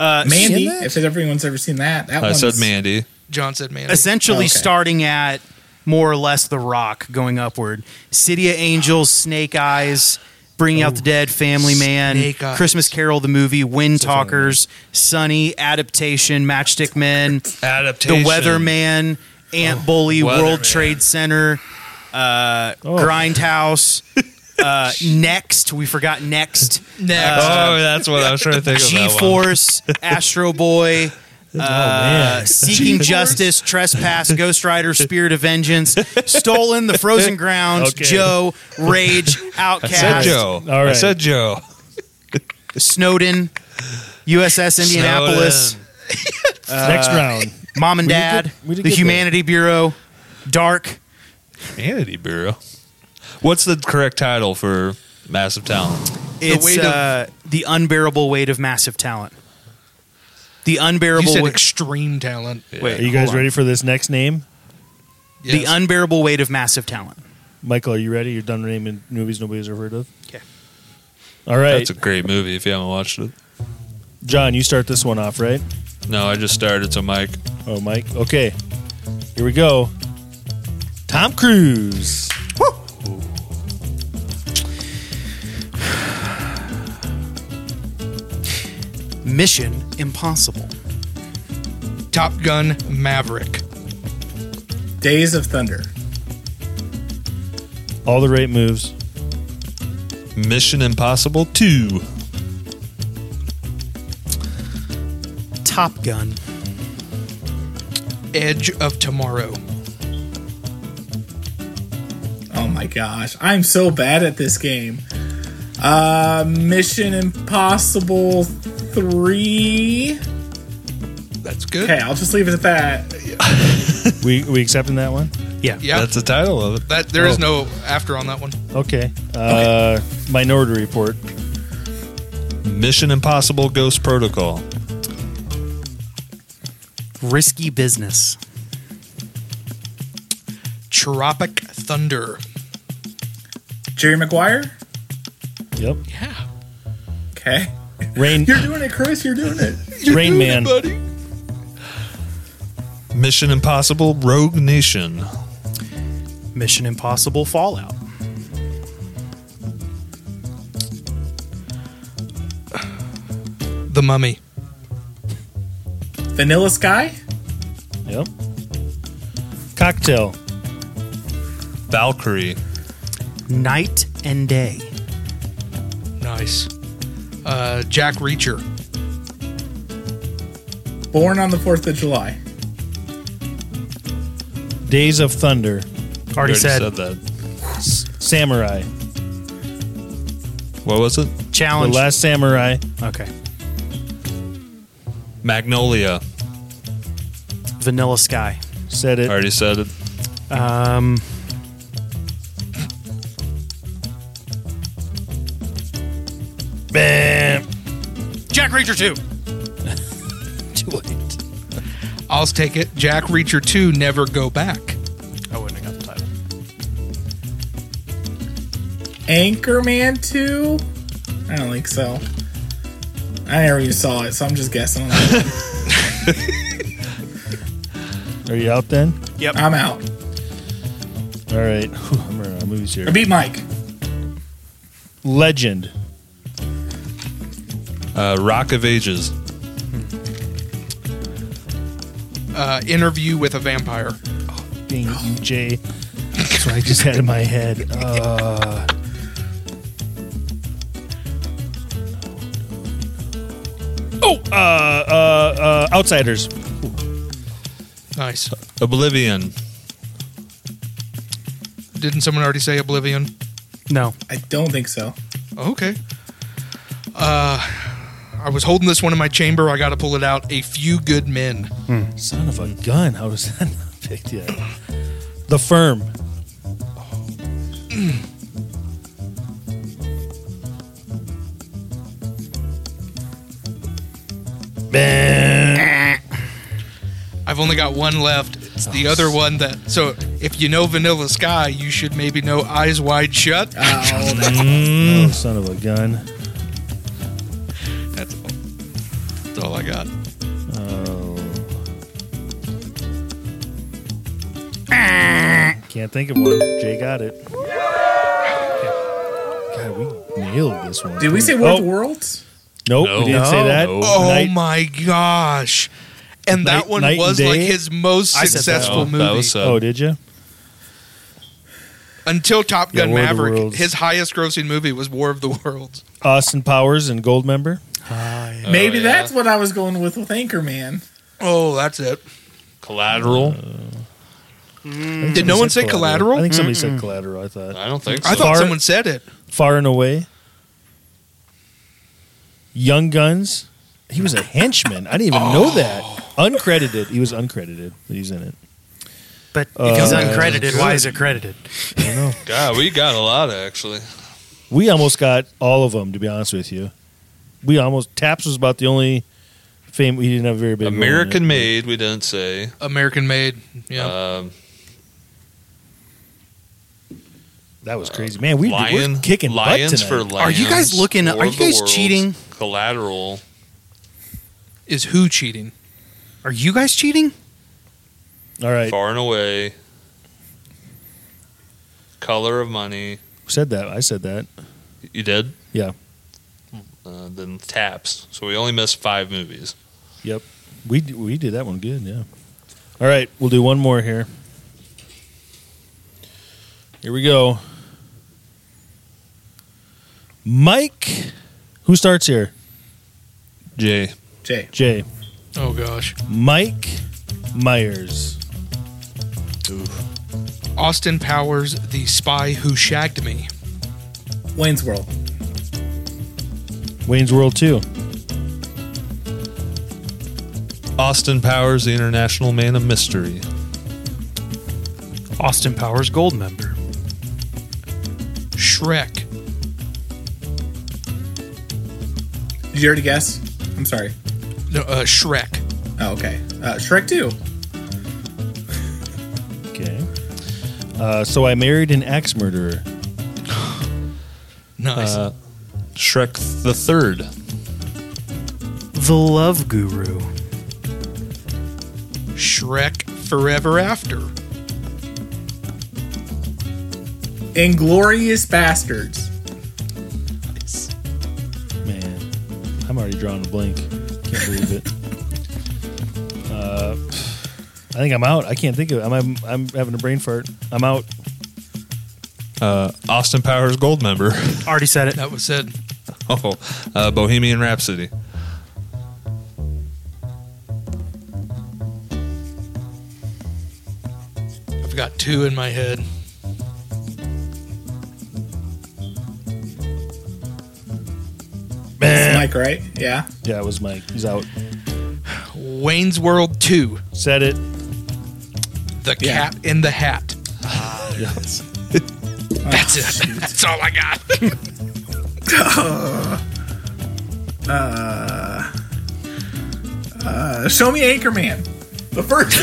Speaker 3: Uh,
Speaker 6: Mandy.
Speaker 2: that?
Speaker 6: If everyone's ever seen that, that
Speaker 1: I
Speaker 6: one's
Speaker 1: said Mandy.
Speaker 4: John said, "Man,
Speaker 3: essentially
Speaker 6: Okay.
Speaker 3: starting at more or less the rock going upward city of angels snake eyes bringing out the dead family man
Speaker 4: Oh, Snake Eyes.
Speaker 3: christmas carol the movie wind talkers sunny adaptation matchstick men
Speaker 1: Adaptation.
Speaker 3: the weatherman ant bully world
Speaker 1: Oh, Weatherman.
Speaker 3: trade center uh, grindhouse uh, next we forgot next
Speaker 4: next."
Speaker 1: Oh, that's what I was trying to think of. that one. Oh,
Speaker 3: G-Force, Astro Boy, uh, Seeking Justice, Trespass, Ghost Rider, Spirit of Vengeance, Stolen, The Frozen Grounds,
Speaker 2: Okay.
Speaker 3: Joe, Rage, Outcast,
Speaker 1: I said Joe.
Speaker 2: All
Speaker 1: I
Speaker 2: right.
Speaker 1: said Joe.
Speaker 3: Snowden, USS Indianapolis,
Speaker 4: Uh,
Speaker 2: Next round.
Speaker 3: Mom and
Speaker 2: We did
Speaker 3: Dad,
Speaker 2: good- we did
Speaker 3: The
Speaker 2: good
Speaker 3: Humanity Bureau, Dark.
Speaker 1: Humanity Bureau. What's the correct title for Massive Talent?
Speaker 3: It's
Speaker 4: weight of-
Speaker 3: uh, the unbearable weight of massive talent. The
Speaker 4: you
Speaker 3: unbearable
Speaker 4: said
Speaker 3: weight.
Speaker 4: extreme talent.
Speaker 2: Are you guys ready for this next name?
Speaker 3: The
Speaker 4: Yes.
Speaker 3: unbearable weight of massive talent.
Speaker 2: Michael, are you ready? You're done naming movies nobody's ever heard of.
Speaker 3: Okay.
Speaker 2: All right,
Speaker 1: That's a great movie if you haven't watched it.
Speaker 2: John, you start this one off, right?
Speaker 1: No, I just started, so Mike.
Speaker 2: Oh, Mike. Okay, here we go. Tom Cruise.
Speaker 3: Mission Impossible.
Speaker 4: Top Gun Maverick.
Speaker 6: Days of Thunder.
Speaker 2: All the right moves.
Speaker 1: Mission Impossible 2.
Speaker 3: Top Gun.
Speaker 4: Edge of Tomorrow.
Speaker 6: Oh my gosh, I'm so bad at this game. Uh, Mission Impossible Three.
Speaker 4: That's good.
Speaker 6: Okay, I'll just leave it at that.
Speaker 2: We we accepting that one?
Speaker 3: Yeah.
Speaker 4: Yeah.
Speaker 1: That's the title of it.
Speaker 4: that there is no after on that one.
Speaker 2: Okay. Uh, Minority Report.
Speaker 1: Mission Impossible Ghost Protocol.
Speaker 3: Risky Business.
Speaker 4: Tropic Thunder.
Speaker 6: Jerry Maguire.
Speaker 2: Yep.
Speaker 4: Yeah.
Speaker 6: Okay,
Speaker 2: Rain
Speaker 6: you're doing it, Chris. You're doing it.
Speaker 2: Rain Man.
Speaker 4: Buddy.
Speaker 1: Mission Impossible Rogue Nation.
Speaker 3: Mission Impossible Fallout.
Speaker 4: The Mummy.
Speaker 6: Vanilla Sky.
Speaker 2: Yep. Cocktail.
Speaker 1: Valkyrie.
Speaker 3: Night and Day.
Speaker 4: Nice. Uh, Jack Reacher.
Speaker 6: Born on the 4th of July.
Speaker 2: Days of Thunder,
Speaker 7: Already said,
Speaker 1: that.
Speaker 2: Samurai,
Speaker 1: What was it?
Speaker 2: The
Speaker 7: challenge.
Speaker 2: Last Samurai,
Speaker 7: okay.
Speaker 1: Magnolia.
Speaker 7: Vanilla Sky.
Speaker 2: said it.
Speaker 1: Already said it.
Speaker 7: Um,
Speaker 2: Bam.
Speaker 7: Jack Reacher 2.
Speaker 2: Too late.
Speaker 4: I'll take it. Jack Reacher 2, Never Go Back.
Speaker 7: I wouldn't have got the title.
Speaker 6: Anchorman 2? I don't think so. I never even saw it, so I'm just guessing. on that.
Speaker 2: Are you out then?
Speaker 6: I'm out.
Speaker 2: All right. Whew, I'm running out of movies
Speaker 6: I
Speaker 2: here.
Speaker 6: beat Mike.
Speaker 2: Legend.
Speaker 1: Uh, Rock of Ages.
Speaker 4: Uh, interview with a Vampire.
Speaker 2: Dang it,
Speaker 6: E,
Speaker 2: you, Jay. That's what I just had in my head. Uh, oh, uh, uh, uh, Outsiders.
Speaker 4: Nice.
Speaker 1: Oblivion.
Speaker 4: Didn't someone already say Oblivion?
Speaker 7: No.
Speaker 6: I don't think so.
Speaker 4: Okay. Uh, I was holding this one in my chamber. I got to pull it out. A Few Good Men.
Speaker 2: Son of a gun. How was that not picked yet? The Firm.
Speaker 4: I've only got one left. It's the other one that. So if you know Vanilla Sky, you should maybe know Eyes Wide Shut.
Speaker 2: Uh, Oh, son of a gun.
Speaker 4: That's all. That's all I got.
Speaker 2: Oh. Can't think of one. Jay got it. God, we nailed this one.
Speaker 6: Did we say
Speaker 2: Oh.
Speaker 6: War of the Worlds?
Speaker 2: Nope,
Speaker 1: No.
Speaker 2: we didn't say
Speaker 1: No.
Speaker 2: that.
Speaker 1: No.
Speaker 4: Oh
Speaker 2: Night-
Speaker 4: my gosh. And
Speaker 2: Night-
Speaker 4: that one
Speaker 2: Night and
Speaker 4: was like
Speaker 2: Day?
Speaker 4: his most
Speaker 7: I said that.
Speaker 4: successful
Speaker 1: Oh,
Speaker 4: movie
Speaker 1: that was uh,
Speaker 2: oh, did you?
Speaker 4: until Top
Speaker 2: Yeah,
Speaker 4: Gun
Speaker 2: War of the
Speaker 4: Maverick.
Speaker 2: Worlds.
Speaker 4: His highest grossing movie was War of the Worlds.
Speaker 2: Austin Powers and Gold Member.
Speaker 6: Oh, Maybe
Speaker 1: Oh, yeah.
Speaker 6: that's what I was going with with Anchorman.
Speaker 4: Oh, that's it.
Speaker 1: Collateral.
Speaker 4: Did no one say Collateral?
Speaker 2: I think somebody said Collateral. I thought
Speaker 1: I don't think so.
Speaker 4: I thought
Speaker 2: Far-
Speaker 4: someone said it.
Speaker 2: Far and Away. Young Guns. He was a henchman. I didn't even
Speaker 4: Oh.
Speaker 2: know that. Uncredited. He was uncredited, but he's in it.
Speaker 7: But if he's
Speaker 2: Uh,
Speaker 7: uncredited, why is it credited?
Speaker 2: I don't know.
Speaker 1: God, we got a lot actually.
Speaker 2: We almost got all of them, to be honest with you. We almost Taps was about the only fame we didn't have a very big role in it.
Speaker 1: American Made. We didn't say.
Speaker 4: American Made. Yeah.
Speaker 2: Uh,
Speaker 1: Um,
Speaker 2: That was crazy, man. We
Speaker 1: Lion.
Speaker 2: we're kicking
Speaker 1: Lions
Speaker 2: butt
Speaker 1: for
Speaker 2: tonight.
Speaker 1: lions.
Speaker 7: Are you guys looking-
Speaker 1: War
Speaker 7: are
Speaker 1: of
Speaker 7: you
Speaker 1: the
Speaker 7: guys
Speaker 1: Worlds,
Speaker 7: cheating?
Speaker 1: Collateral.
Speaker 4: Is who cheating?
Speaker 7: Are you guys cheating?
Speaker 2: All right,
Speaker 1: Far and away. Color of money.
Speaker 2: Who said that. I said that.
Speaker 1: You did.
Speaker 2: Yeah.
Speaker 1: Uh, then taps. So we only missed five movies.
Speaker 2: We d- we did that one good, yeah. All right, we'll do one more here. Here we go. Mike, who starts here?
Speaker 1: Jay.
Speaker 6: Jay.
Speaker 2: Jay.
Speaker 4: Oh gosh.
Speaker 2: Mike Myers.
Speaker 4: Austin Powers, the spy who shagged me.
Speaker 6: Wayne's World.
Speaker 2: Wayne's World 2.
Speaker 1: Austin Powers, the International Man of Mystery.
Speaker 7: Austin Powers Gold member.
Speaker 4: Shrek.
Speaker 6: Did you already guess? I'm sorry.
Speaker 4: No, uh, Shrek.
Speaker 6: Oh, okay. Uh, Shrek 2.
Speaker 2: Okay. Uh, so I married an axe murderer.
Speaker 4: Nice.
Speaker 1: Uh, Shrek the Third.
Speaker 7: The Love Guru.
Speaker 4: Shrek Forever After.
Speaker 6: Inglorious Bastards.
Speaker 2: Man, I'm already drawing a blank. Can't believe it. Uh, pff, I think I'm out. I can't think of it. I'm, I'm, I'm having a brain fart. I'm out.
Speaker 1: Austin Powers Gold Member.
Speaker 7: Already said it.
Speaker 4: That was it.
Speaker 1: No, uh, Bohemian Rhapsody.
Speaker 4: I've got two in my head.
Speaker 6: It's Mike, right? Yeah.
Speaker 2: Yeah, it was Mike. He's out.
Speaker 4: Wayne's World 2,
Speaker 2: Said it. Oh,
Speaker 4: The Cat in the Hat.
Speaker 1: Ah,
Speaker 2: Yes.
Speaker 4: That's it. That's all I got.
Speaker 6: Uh, show me Anchorman. The first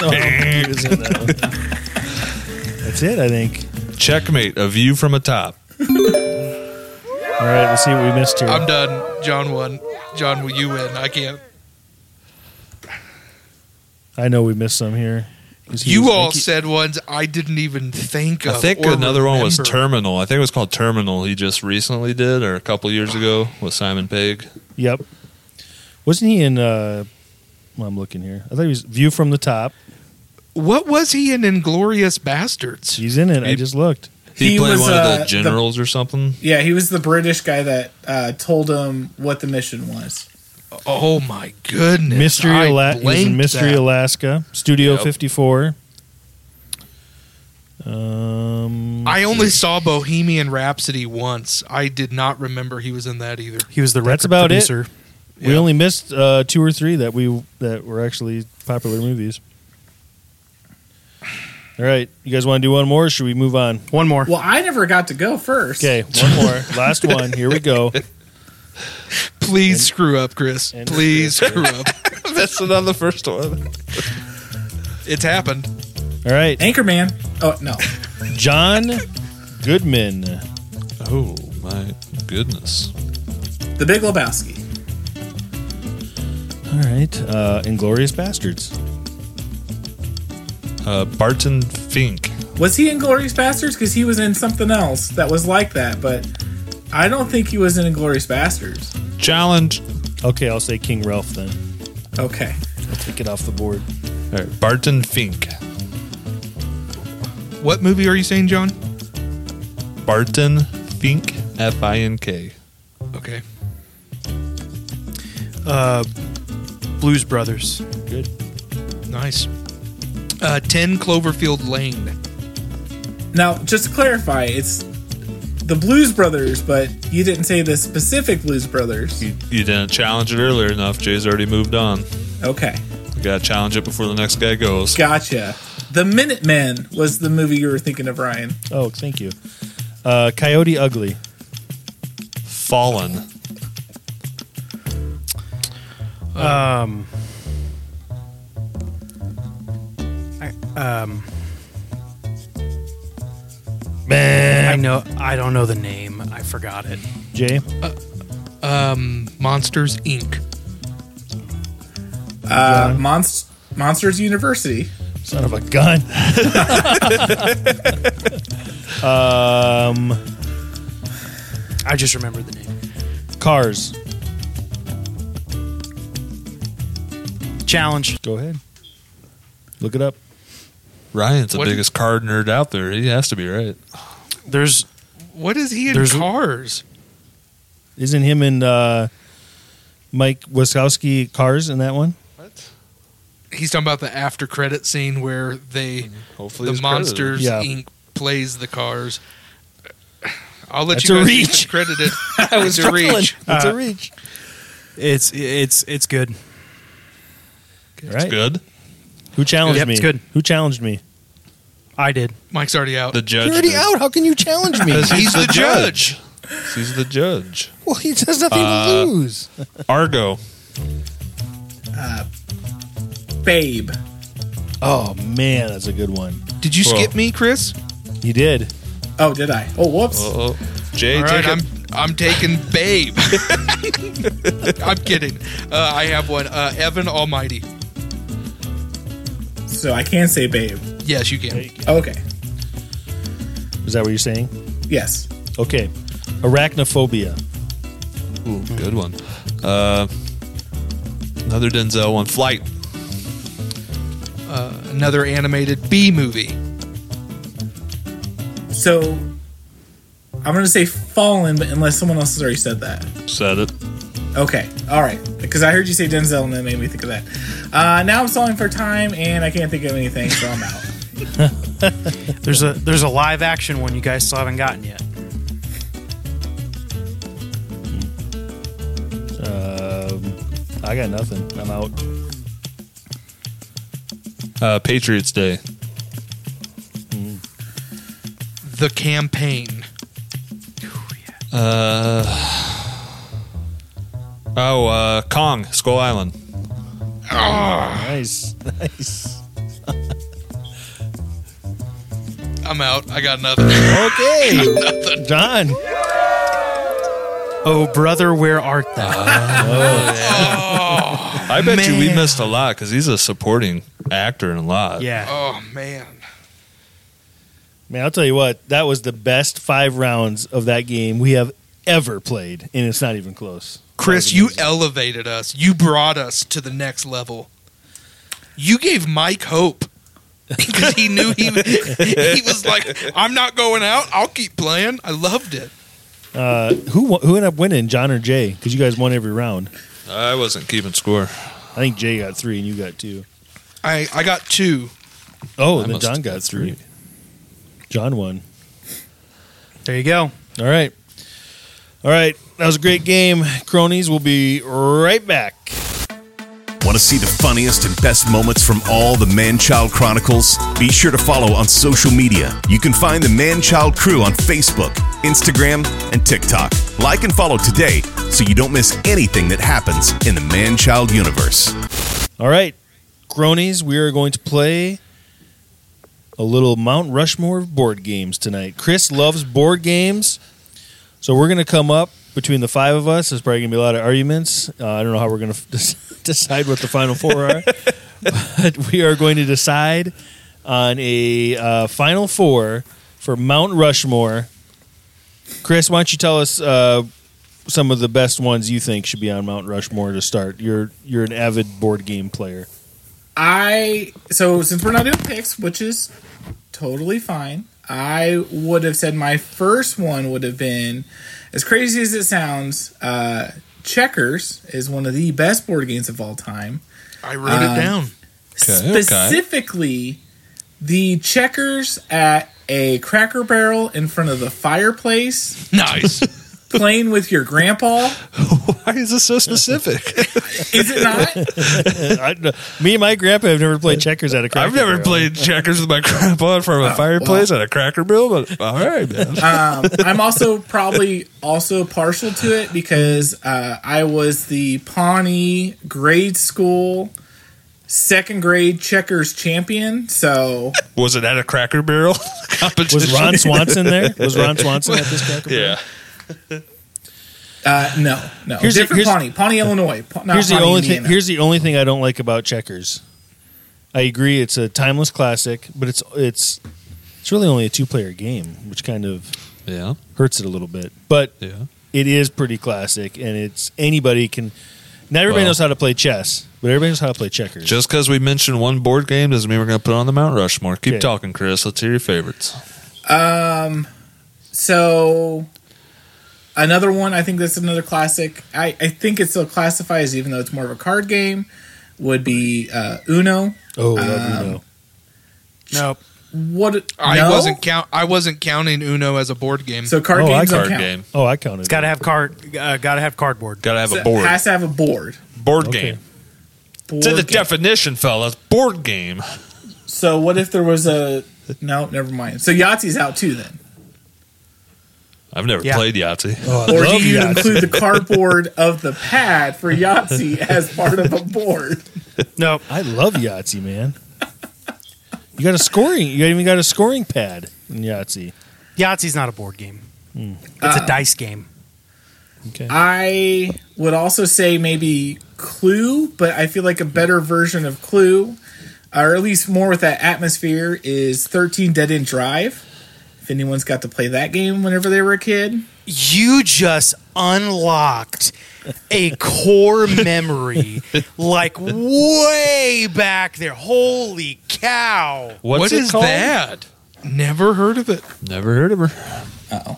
Speaker 6: one.
Speaker 2: No, he was in that one. That's it, I think.
Speaker 1: Checkmate. A view from atop.
Speaker 2: All right, let's see what we missed here.
Speaker 4: I'm done. John won. John, will you win? I can't.
Speaker 2: I know we missed some here. 'Cause he
Speaker 4: You
Speaker 2: was-
Speaker 4: all
Speaker 2: Mickey-
Speaker 4: said ones I didn't even think
Speaker 1: I
Speaker 4: of.
Speaker 1: think
Speaker 4: or
Speaker 1: another one was
Speaker 4: remember.
Speaker 1: Terminal. I think it was called Terminal. He just recently did, or a couple years ago, with Simon Pegg.
Speaker 2: Yep. Wasn't he in? uh well, I'm looking here. I thought he was View from the Top.
Speaker 4: What was he in Inglorious Bastards?
Speaker 2: He's in it. I
Speaker 1: He-
Speaker 2: just looked.
Speaker 1: He,
Speaker 6: He
Speaker 1: played
Speaker 6: was,
Speaker 1: one
Speaker 6: uh,
Speaker 1: of the
Speaker 6: the-
Speaker 1: generals or something.
Speaker 6: yeah, he was the British guy that uh, told him what the mission was.
Speaker 4: Oh my goodness!
Speaker 2: Mystery,
Speaker 4: I
Speaker 2: Ala- he was in
Speaker 4: blanked
Speaker 2: Mystery
Speaker 4: that.
Speaker 2: Alaska, Studio
Speaker 1: Yep.
Speaker 2: 54. Um,
Speaker 4: I only saw Bohemian Rhapsody once. I did not remember he was in that either.
Speaker 7: He was the
Speaker 2: That's
Speaker 7: record
Speaker 2: about it.
Speaker 7: producer.
Speaker 2: we only missed uh, two or three that we that were actually popular movies. All right, you guys want to do one more? or should we move on?
Speaker 7: One more.
Speaker 6: Well, I never got to go first.
Speaker 2: Okay, one more, last one. Here we go.
Speaker 4: Please screw up, Chris.
Speaker 2: and-
Speaker 4: Please screw up.
Speaker 1: That's another first one.
Speaker 4: It's happened.
Speaker 2: All right,
Speaker 6: Anchorman. Oh no.
Speaker 2: John Goodman.
Speaker 1: Oh my goodness!
Speaker 6: The Big Lebowski.
Speaker 2: All right, uh, Inglorious Bastards.
Speaker 1: Uh, Barton Fink.
Speaker 6: Was he in Glorious Bastards? Because he was in something else that was like that, but I don't think he was in Glorious Bastards.
Speaker 1: Challenge.
Speaker 2: Okay, I'll say King Ralph then.
Speaker 6: Okay.
Speaker 2: I'll take it off the board.
Speaker 1: All right, Barton Fink.
Speaker 4: What movie are you saying, John?
Speaker 1: Barton Fink. F I N K.
Speaker 4: Okay.
Speaker 7: Blues Brothers.
Speaker 2: Good.
Speaker 4: Nice. Uh, 10 Cloverfield Lane.
Speaker 6: Now, just to clarify, it's the Blues Brothers, but you didn't say the specific Blues Brothers.
Speaker 1: You, you didn't challenge it earlier enough. Jay's already moved on.
Speaker 6: Okay.
Speaker 1: You gotta challenge it before the next guy goes.
Speaker 6: Gotcha. The Minutemen was the movie you were thinking of, Ryan.
Speaker 2: Oh, thank you. Uh, Coyote Ugly.
Speaker 1: Fallen.
Speaker 7: Um, I, um, I know. I don't know the name. I forgot it.
Speaker 2: Jay.
Speaker 4: Um, Monsters, Inc.
Speaker 6: Uh, Monst- Monsters University.
Speaker 2: Son of a gun. um,
Speaker 7: I just remembered the name.
Speaker 2: cars.
Speaker 7: Challenge.
Speaker 2: Go ahead. Look it up.
Speaker 1: Ryan's the
Speaker 4: What-
Speaker 1: biggest card nerd out there. He has to be right.
Speaker 7: There's
Speaker 4: What is he in
Speaker 7: There's-
Speaker 4: Cars?
Speaker 2: Isn't him and uh, Mike Waskowski cars in that one?
Speaker 4: He's talking about the after credit scene where they
Speaker 1: Hopefully,
Speaker 4: the
Speaker 1: he's credited.
Speaker 4: Monsters
Speaker 2: Yeah.
Speaker 4: Inc. plays the Cars. I'll let
Speaker 2: That's
Speaker 4: you
Speaker 2: a
Speaker 4: guys
Speaker 2: reach.
Speaker 4: credit it. I was a reach.
Speaker 2: It's
Speaker 7: Uh,
Speaker 2: a reach.
Speaker 7: it's it's it's good.
Speaker 2: All
Speaker 1: It's
Speaker 2: right.
Speaker 1: good.
Speaker 2: Who challenged
Speaker 7: Yep,
Speaker 2: me?
Speaker 7: it's good.
Speaker 2: Who challenged me?
Speaker 7: I did.
Speaker 4: Mike's already out.
Speaker 1: The judge.
Speaker 2: You're already
Speaker 1: did.
Speaker 2: out. How can you challenge me?
Speaker 1: 'Cause
Speaker 4: He's the judge.
Speaker 1: He's the judge.
Speaker 2: well, he has nothing
Speaker 1: Uh,
Speaker 2: to lose.
Speaker 1: Argo.
Speaker 6: Babe.
Speaker 2: Oh man, that's a good one.
Speaker 4: Did you
Speaker 1: Well.
Speaker 4: skip me, Chris?
Speaker 2: He did.
Speaker 6: Oh, did I? Oh, whoops.
Speaker 1: Oh, Jay,
Speaker 4: All
Speaker 1: take
Speaker 4: right,
Speaker 1: it.
Speaker 4: I'm I'm taking Babe. I'm kidding. Uh, I have one. Uh, Evan Almighty.
Speaker 6: So I can say Babe.
Speaker 4: Yes, you can.
Speaker 6: Okay.
Speaker 2: Is that what you're saying?
Speaker 6: Yes.
Speaker 2: Okay. Arachnophobia.
Speaker 1: Ooh, good one. Uh, another Denzel one. Flight.
Speaker 4: Another animated B movie.
Speaker 6: So I'm going to say Fallen, but unless someone else has already said that.
Speaker 1: Said it.
Speaker 6: Okay, all right. Because I heard you say Denzel, and that made me think of that. Uh, now I'm stalling for time, and I can't think of anything, so I'm out.
Speaker 7: There's a there's a live action one you guys still haven't gotten yet.
Speaker 2: Um, I got nothing. I'm out.
Speaker 1: Uh, Patriots Day.
Speaker 4: The campaign.
Speaker 1: Uh, Oh, uh, Kong, Skull Island.
Speaker 2: Nice, nice.
Speaker 4: I'm out. I got nothing.
Speaker 2: Okay, John.
Speaker 7: Oh brother, where art thou?
Speaker 1: I bet you we missed a lot because he's a supporting actor in a lot.
Speaker 7: yeah.
Speaker 4: Oh man.
Speaker 2: Man, I'll tell you what. That was the best five rounds of that game we have ever played, and it's not even close.
Speaker 4: Chris, you elevated us. You brought us to the next level. You gave Mike hope because he knew he he was like, "I'm not going out. I'll keep playing." I loved it.
Speaker 2: Uh, who wa- who ended up winning, John or Jay? Because you guys won every round.
Speaker 1: I wasn't keeping score.
Speaker 2: I think Jay got three and you got two.
Speaker 4: I I got two.
Speaker 2: Oh,
Speaker 1: I
Speaker 2: then
Speaker 1: must
Speaker 2: John
Speaker 1: have
Speaker 2: got
Speaker 1: got
Speaker 2: three.
Speaker 1: three.
Speaker 2: John won.
Speaker 7: There you go.
Speaker 2: All right. All right. That was a great game, cronies. We'll be right back.
Speaker 5: Want to see the funniest and best moments from all the Man Child Chronicles? Be sure to follow on social media. You can find the Man Child crew on Facebook, Instagram, and TikTok. Like and follow today so you don't miss anything that happens in the Man Child universe.
Speaker 2: All right, cronies, we are going to play a little Mount Rushmore of board games tonight. Chris loves board games, so we're going to come up between the five of us. There's probably going to be a lot of arguments. Uh, I don't know how we're going to decide what the final four are, but we are going to decide on a uh, final four for Mount Rushmore. Chris, why don't you tell us uh, some of the best ones you think should be on Mount Rushmore to start? You're you're an avid board game player.
Speaker 6: I so since we're not doing picks, which is totally fine, I would have said my first one would have been as crazy as it sounds. Uh, Checkers is one of the best board games of all time.
Speaker 4: I wrote it down.
Speaker 1: okay.
Speaker 6: Specifically, the checkers at a Cracker Barrel in front of the fireplace,
Speaker 4: Nice.
Speaker 6: playing with your grandpa.
Speaker 1: Why is this so specific?
Speaker 6: Is it not?
Speaker 2: I, me and my grandpa have never played checkers at a Cracker
Speaker 1: I've never
Speaker 2: Barrel.
Speaker 1: played checkers with my grandpa in front of a fireplace at a Cracker Barrel, but all right, man.
Speaker 6: um, I'm also probably also partial to it because uh, I was the Pawnee grade school second grade checkers champion. So
Speaker 1: Was it at a Cracker Barrel competition?
Speaker 2: Was Ron Swanson there? Was Ron Swanson at this Cracker Barrel?
Speaker 1: Yeah.
Speaker 6: uh, no, no,
Speaker 2: Here's the-
Speaker 6: different
Speaker 2: here's-
Speaker 6: Pawnee, Pawnee, Illinois. Pa- not
Speaker 2: Here's the
Speaker 6: Pawnee,
Speaker 2: only thing.
Speaker 6: Indiana.
Speaker 2: Here's the only thing I don't like about checkers. I agree, it's a timeless classic, but it's it's it's really only a two player game, which kind of
Speaker 1: Yeah.
Speaker 2: hurts it a little bit. But
Speaker 1: Yeah.
Speaker 2: it is pretty classic, and it's anybody can. Not everybody
Speaker 1: Well-
Speaker 2: knows how to play chess, but everybody knows how to play checkers.
Speaker 1: Just because we mentioned one board game doesn't mean we're going to put it on the Mount Rushmore. Keep
Speaker 2: Okay.
Speaker 1: talking, Chris. Let's hear your favorites.
Speaker 6: So another one, I think that's another classic. I, I think it still classifies, even though it's more of a card game, would be uh, Uno.
Speaker 2: oh, love
Speaker 1: um,
Speaker 2: Uno.
Speaker 7: Nope.
Speaker 6: What
Speaker 4: I
Speaker 6: no?
Speaker 4: wasn't count. I wasn't counting Uno as a board game.
Speaker 6: so card
Speaker 2: Oh, I
Speaker 6: games
Speaker 1: Card
Speaker 6: don't count.
Speaker 1: game.
Speaker 2: Oh, I counted.
Speaker 7: It's got to have card. Uh, got to have cardboard.
Speaker 1: Got to have
Speaker 6: So
Speaker 1: a
Speaker 6: it
Speaker 1: board.
Speaker 6: has to have a board.
Speaker 1: board
Speaker 2: Okay.
Speaker 1: game.
Speaker 6: board
Speaker 1: To the
Speaker 6: game.
Speaker 1: definition, fellas. Board game.
Speaker 6: So what if there was a no? Never mind. So Yahtzee's out too then.
Speaker 1: I've never
Speaker 7: Yeah.
Speaker 1: played Yahtzee.
Speaker 2: Oh, I
Speaker 6: Or
Speaker 2: love
Speaker 6: do you
Speaker 2: Yahtzee.
Speaker 6: include the cardboard of the pad for Yahtzee as part of a board?
Speaker 7: Nope.
Speaker 2: I love Yahtzee, man. You got a scoring. You even got a scoring pad in Yahtzee.
Speaker 7: Yahtzee's not a board game. It's a dice game.
Speaker 2: Okay.
Speaker 6: I would also say maybe Clue, but I feel like a better version of Clue, or at least more with that atmosphere, is 13 Dead End Drive. If anyone's got to play that game whenever they were a kid,
Speaker 7: you just unlocked a core memory like way back there. Holy cow.
Speaker 1: What's
Speaker 4: what
Speaker 1: it
Speaker 4: is
Speaker 1: called?
Speaker 4: that? Never heard of it.
Speaker 1: Never heard of her.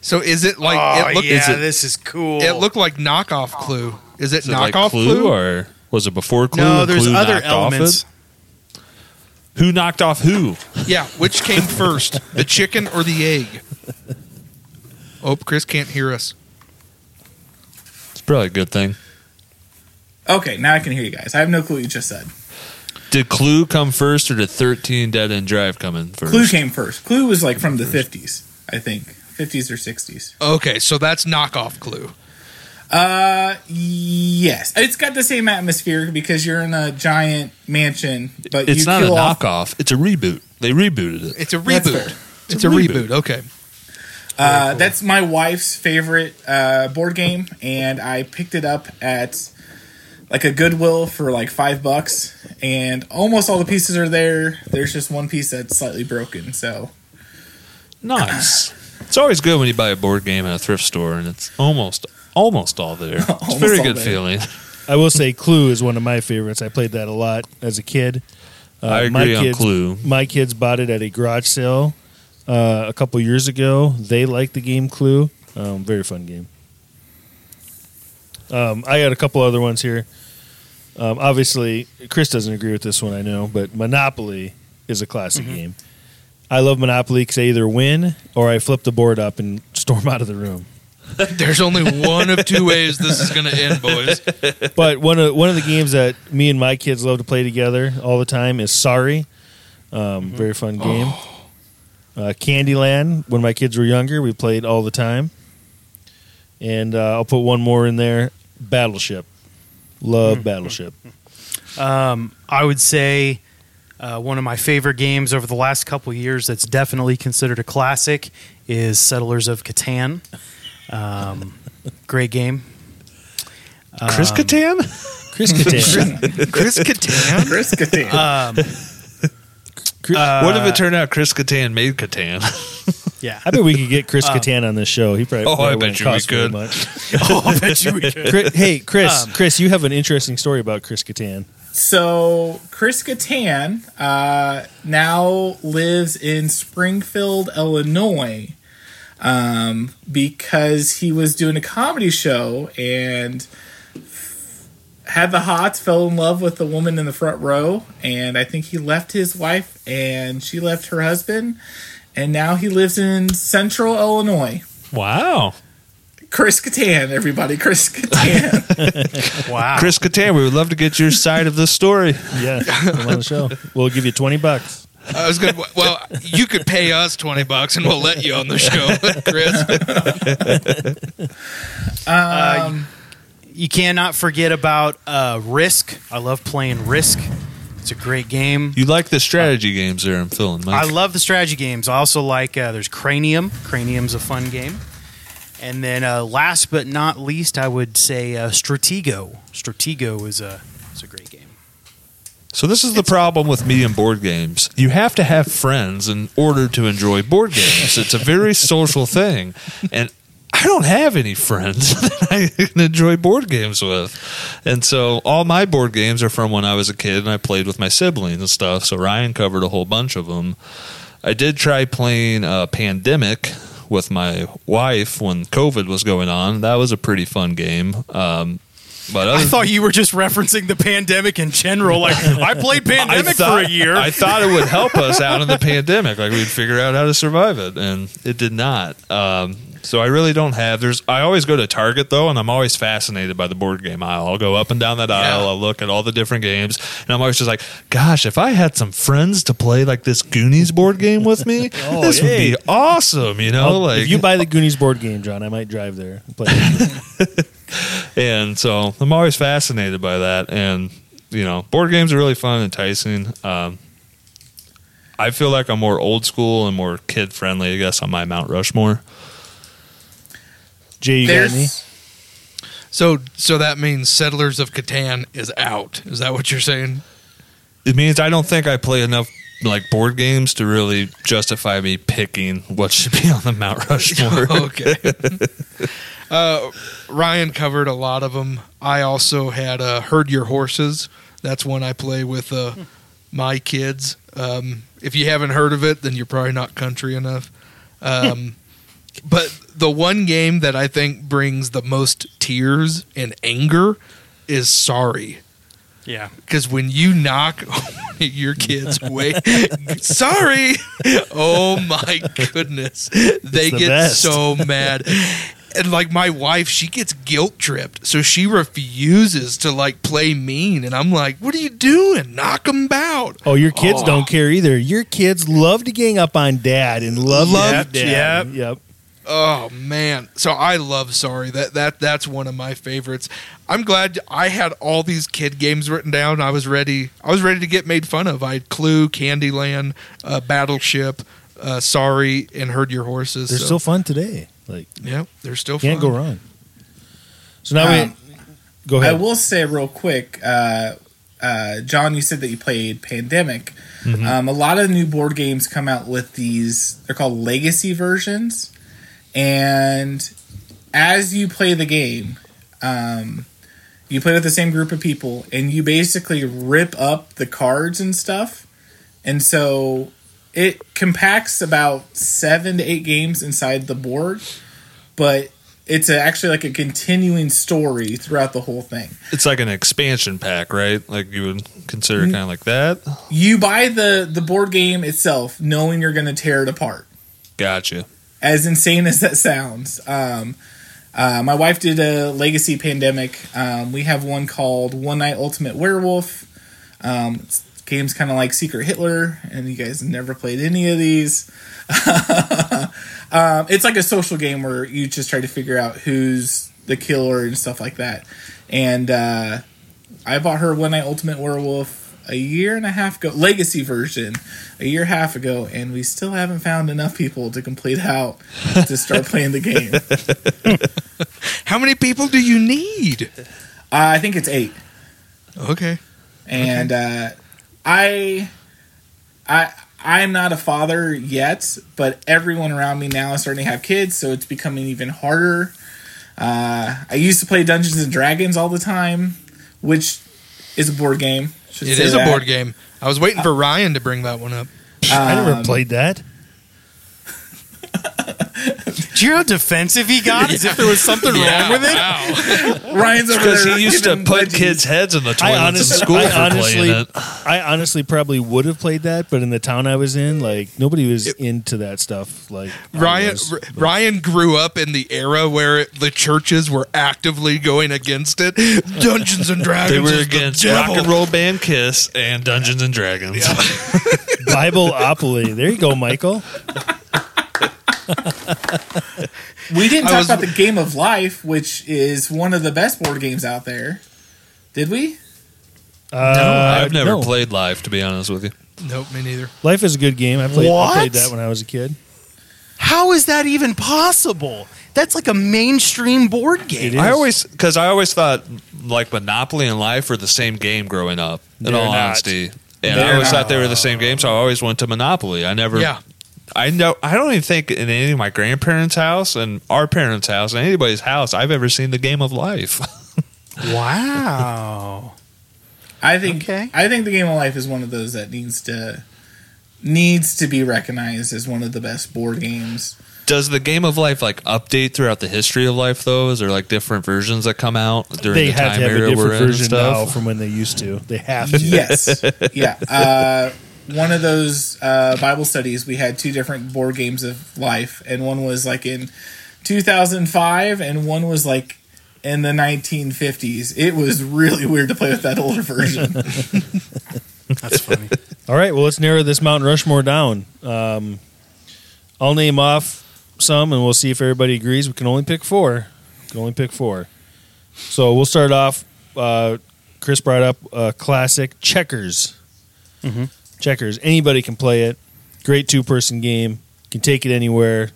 Speaker 4: So is it like
Speaker 3: oh,
Speaker 4: it looked
Speaker 3: yeah,
Speaker 4: is it,
Speaker 3: this is cool.
Speaker 4: it looked like knockoff Clue? Is it
Speaker 1: Is it
Speaker 4: knockoff
Speaker 1: like
Speaker 4: Clue?
Speaker 1: Clue, or was it before Clue?
Speaker 3: no,
Speaker 1: and
Speaker 3: there's
Speaker 1: Clue
Speaker 3: other
Speaker 1: knocked off it?
Speaker 3: elements.
Speaker 1: Who knocked off who?
Speaker 4: Yeah, which came first, the chicken or the egg? Oh, Chris can't hear us.
Speaker 1: It's probably a good thing.
Speaker 6: Okay, now I can hear you guys. I have no clue what you just said.
Speaker 1: Did Clue come first, or did Thirteen Dead End Drive come in first?
Speaker 6: Clue came first. Clue was like from the 50s, I think. 50s or 60s.
Speaker 4: Okay, so that's knockoff Clue.
Speaker 6: Uh, yes. It's got the same atmosphere because you're in a giant mansion, but
Speaker 1: it's
Speaker 6: you
Speaker 1: not a
Speaker 6: kill off-
Speaker 1: knockoff. It's a reboot. They rebooted it.
Speaker 4: It's a
Speaker 6: That's fair.
Speaker 4: reboot. It's, a, reboot. Okay.
Speaker 6: Uh, That's my wife's favorite uh, board game, and I picked it up at like a Goodwill for like five bucks, and almost all the pieces are there. There's just one piece that's slightly broken, so
Speaker 1: Nice. it's always good when you buy a board game at a thrift store, and it's almost almost all there. It's a
Speaker 6: Almost
Speaker 1: very
Speaker 6: all
Speaker 1: good
Speaker 6: there.
Speaker 1: feeling.
Speaker 2: I will say Clue is one of my favorites. I played that a lot as a kid. Uh,
Speaker 1: I
Speaker 2: my
Speaker 1: agree on
Speaker 2: kids,
Speaker 1: Clue.
Speaker 2: My kids bought it at a garage sale uh, a couple years ago. They liked the game Clue. Um, very fun game. Um, I got a couple other ones here. Um, obviously, Chris doesn't agree with this one, I know, but Monopoly is a classic game. I love Monopoly because I either win or I flip the board up and storm out of the room.
Speaker 4: There's only one of two ways this is going to end, boys.
Speaker 2: but one of one of the games that me and my kids love to play together all the time is Sorry. Um, Very fun game. Uh, Candyland. When my kids were younger, we played all the time. And uh, I'll put one more in there. Battleship. Love Battleship.
Speaker 7: I would say uh, one of my favorite games over the last couple of years that's definitely considered a classic is Settlers of Catan. Um, great game.
Speaker 1: Chris
Speaker 6: Um,
Speaker 1: Kattan.
Speaker 2: Chris Kattan.
Speaker 4: Chris Kattan.
Speaker 6: Chris Kattan.
Speaker 1: what
Speaker 6: uh,
Speaker 1: if it turned out Chris Kattan made Kattan?
Speaker 7: Yeah.
Speaker 2: I bet we could get Chris Kattan on this show. He probably.
Speaker 1: Oh, I
Speaker 2: probably
Speaker 1: bet
Speaker 2: wouldn't
Speaker 1: you we
Speaker 2: cost very
Speaker 1: could.
Speaker 2: Much.
Speaker 7: oh, I bet you we could.
Speaker 2: Chris, hey, Chris. Chris, you have an interesting story about Chris Kattan.
Speaker 6: So Chris Kattan uh, now lives in Springfield, Illinois, um, because he was doing a comedy show and had the hots, fell in love with the woman in the front row, and I think he left his wife and she left her husband, and now he lives in Central Illinois.
Speaker 1: Wow.
Speaker 6: Chris Kattan, everybody, Chris Kattan.
Speaker 7: Wow.
Speaker 1: Chris Kattan, we would love to get your side of the story.
Speaker 2: Yeah, come on the show. We'll give you twenty bucks.
Speaker 4: I was going. to Well, you could pay us twenty bucks, and we'll let you on the show, Chris.
Speaker 7: Uh, Um, you cannot forget about uh, Risk. I love playing Risk. It's a great game.
Speaker 1: You like the strategy games there? I'm feeling. Mike.
Speaker 7: I love the strategy games. I also like uh, there's Cranium. Cranium's a fun game. And then uh, last but not least, I would say uh, Stratego. Stratego is a is a great game.
Speaker 1: So this is the problem with me and board games. You have to have friends in order to enjoy board games. It's a very social thing, and I don't have any friends that I can enjoy board games with. And so all my board games are from when I was a kid and I played with my siblings and stuff. So Ryan covered a whole bunch of them. I did try playing uh, Pandemic with my wife when COVID was going on. That was a pretty fun game. Um, but
Speaker 7: I
Speaker 1: other
Speaker 7: thought you were just referencing the pandemic in general. Like I played pandemic for a year.
Speaker 1: I thought it would help us out in the pandemic. Like we'd figure out how to survive it, and it did not. Um, so I really don't have. There's. I always go to Target though, and I'm always fascinated by the board game aisle. I'll go up and down that aisle. I'll look at all the different games, and I'm always just like, "Gosh, if I had some friends to play like this Goonies board game with me, this would
Speaker 2: hey.
Speaker 1: be awesome." You know,
Speaker 2: I'll-
Speaker 1: Oh, like
Speaker 2: if you buy the Goonies board game, John, I might drive there. and Play it.
Speaker 1: And so I'm always fascinated by that. And, you know, board games are really fun and enticing. Um, I feel like I'm more old school and more kid friendly, I guess, on my Mount Rushmore.
Speaker 2: Jay, you got any?
Speaker 6: There's
Speaker 4: So, so that means Settlers of Catan is out. Is that what you're saying?
Speaker 1: It means I don't think I play enough like board games to really justify me picking what should be on the Mount Rushmore.
Speaker 4: okay. uh, Ryan covered a lot of them. I also had uh, Herd Your Horses. That's one I play with uh, my kids. Um, if you haven't heard of it, then you're probably not country enough. Um, But the one game that I think brings the most tears and anger is sorry.
Speaker 7: Yeah.
Speaker 4: Because when you knock one of your kids away, sorry. Oh my goodness. They
Speaker 2: the
Speaker 4: get
Speaker 2: best.
Speaker 4: so mad. And like my wife, she gets guilt tripped. So she refuses to like play mean. And I'm like, what are you doing? Knock them out.
Speaker 2: Oh, your kids
Speaker 4: Oh.
Speaker 2: don't care either. Your kids love to gang up on dad and love,
Speaker 4: Love
Speaker 2: dad. Yep. yep.
Speaker 4: Oh man. So I love sorry. That that that's one of my favorites. I'm glad I had all these kid games written down. I was ready. I was ready to get made fun of. I had Clue, Candyland, uh, Battleship, uh, Sorry, and Herd Your Horses.
Speaker 2: They're
Speaker 4: so,
Speaker 2: still fun today. Like
Speaker 4: yeah, they're still
Speaker 2: can't
Speaker 4: fun.
Speaker 2: go wrong. So now
Speaker 6: Um,
Speaker 2: we go ahead.
Speaker 6: I will say real quick, uh, uh, John, you said that you played Pandemic.
Speaker 2: Mm-hmm.
Speaker 6: Um, a lot of new board games come out with these, they're called legacy versions. And as you play the game, um, you play with the same group of people and you basically rip up the cards and stuff. And so it compacts about seven to eight games inside the board, but it's a, actually like a continuing story throughout the whole thing.
Speaker 1: It's like an expansion pack, right? Like you would consider
Speaker 2: Mm-hmm.
Speaker 1: kind of like that.
Speaker 6: You buy the the board game itself, knowing you're going to tear it apart.
Speaker 1: Gotcha.
Speaker 6: As insane as that sounds, um, uh, my wife did a Legacy Pandemic. Um, we have one called One Night Ultimate Werewolf. Um, it's- game's kind of like Secret Hitler, and you guys never played any of these. um, it's like a social game where you just try to figure out who's the killer and stuff like that. And uh, I bought her One Night Ultimate Werewolf a year and a half ago, Legacy version, a year and a half ago, and we still haven't found enough people to complete out to start playing the game. Uh,
Speaker 4: How many people do you need?
Speaker 6: I think it's eight.
Speaker 4: Okay.
Speaker 6: and uh, I, I, I'm not a father yet, but everyone around me now is starting to have kids, so it's becoming even harder. Uh, I used to play Dungeons and Dragons all the time, which is a board game. should
Speaker 4: It
Speaker 6: say
Speaker 4: is
Speaker 6: that.
Speaker 4: a board game. I was waiting for Ryan to bring that one up.
Speaker 2: I never played that.
Speaker 7: Do you know how defensive he got? As if there was something wrong with it.
Speaker 6: Ryan's over
Speaker 1: Because
Speaker 6: there.
Speaker 1: he used to
Speaker 6: giving
Speaker 1: put
Speaker 6: wedgies.
Speaker 1: kids' heads in the toilets
Speaker 2: I honestly,
Speaker 1: in school
Speaker 2: I
Speaker 1: for
Speaker 2: honestly,
Speaker 1: playing it.
Speaker 2: I honestly probably would have played that, but in the town I was in, like nobody was into that stuff. Like I
Speaker 4: Ryan
Speaker 2: was.
Speaker 4: R- Ryan grew up in the era where it, the churches were actively going against it. Dungeons and Dragons.
Speaker 1: They were
Speaker 4: is the
Speaker 1: against
Speaker 4: devil.
Speaker 1: rock and roll band Kiss and Dungeons and Dragons.
Speaker 2: Bibleopoly. There you go, Michael.
Speaker 6: We didn't
Speaker 4: I
Speaker 6: talk
Speaker 4: was-
Speaker 6: about the Game of Life, which is one of the best board games out there. Did we?
Speaker 2: Uh,
Speaker 1: I've never
Speaker 2: no.
Speaker 1: played live, to be honest with you.
Speaker 4: Nope, me neither.
Speaker 2: Life is a good game. I played, I
Speaker 7: What?
Speaker 2: played that when I was a kid.
Speaker 7: How is that even possible? That's like a mainstream board game.
Speaker 2: It
Speaker 1: I
Speaker 2: is.
Speaker 1: always because I always thought like Monopoly and Life were the same game growing up. In
Speaker 2: They're
Speaker 1: all
Speaker 2: not.
Speaker 1: honesty, and I
Speaker 6: They're
Speaker 1: always
Speaker 6: not.
Speaker 1: thought they were the same game, so I always went to Monopoly. I never.
Speaker 4: Yeah.
Speaker 1: I know. I don't even think in any of my grandparents' house and our parents' house and anybody's house I've ever seen the game of life.
Speaker 7: Wow.
Speaker 6: I think
Speaker 7: Okay.
Speaker 6: I think the Game of Life is one of those that needs to needs to be recognized as one of the best board games.
Speaker 1: Does the game of life like update throughout the history of life though? Is there like different versions that come out during
Speaker 2: They
Speaker 1: the
Speaker 2: have
Speaker 1: time
Speaker 2: to have
Speaker 1: era
Speaker 2: a
Speaker 1: we're
Speaker 2: different
Speaker 1: in and
Speaker 2: version now
Speaker 1: stuff?
Speaker 2: from when they used to. They have to.
Speaker 6: Yes, yeah. Uh, one of those uh, Bible studies we had two different board games of life, and one was like in 2005, and one was like in the 1950s. It was really weird to play with that older version.
Speaker 7: That's funny.
Speaker 2: All right. Well, let's narrow this Mount Rushmore down. Um, I'll name off some, and we'll see if everybody agrees. We can only pick four. We can only pick four. So we'll start off. Uh, Chris brought up a classic checkers.
Speaker 1: Mm-hmm.
Speaker 7: Mhm.
Speaker 2: Checkers. Anybody can play it. Great two-person game. Can take it anywhere.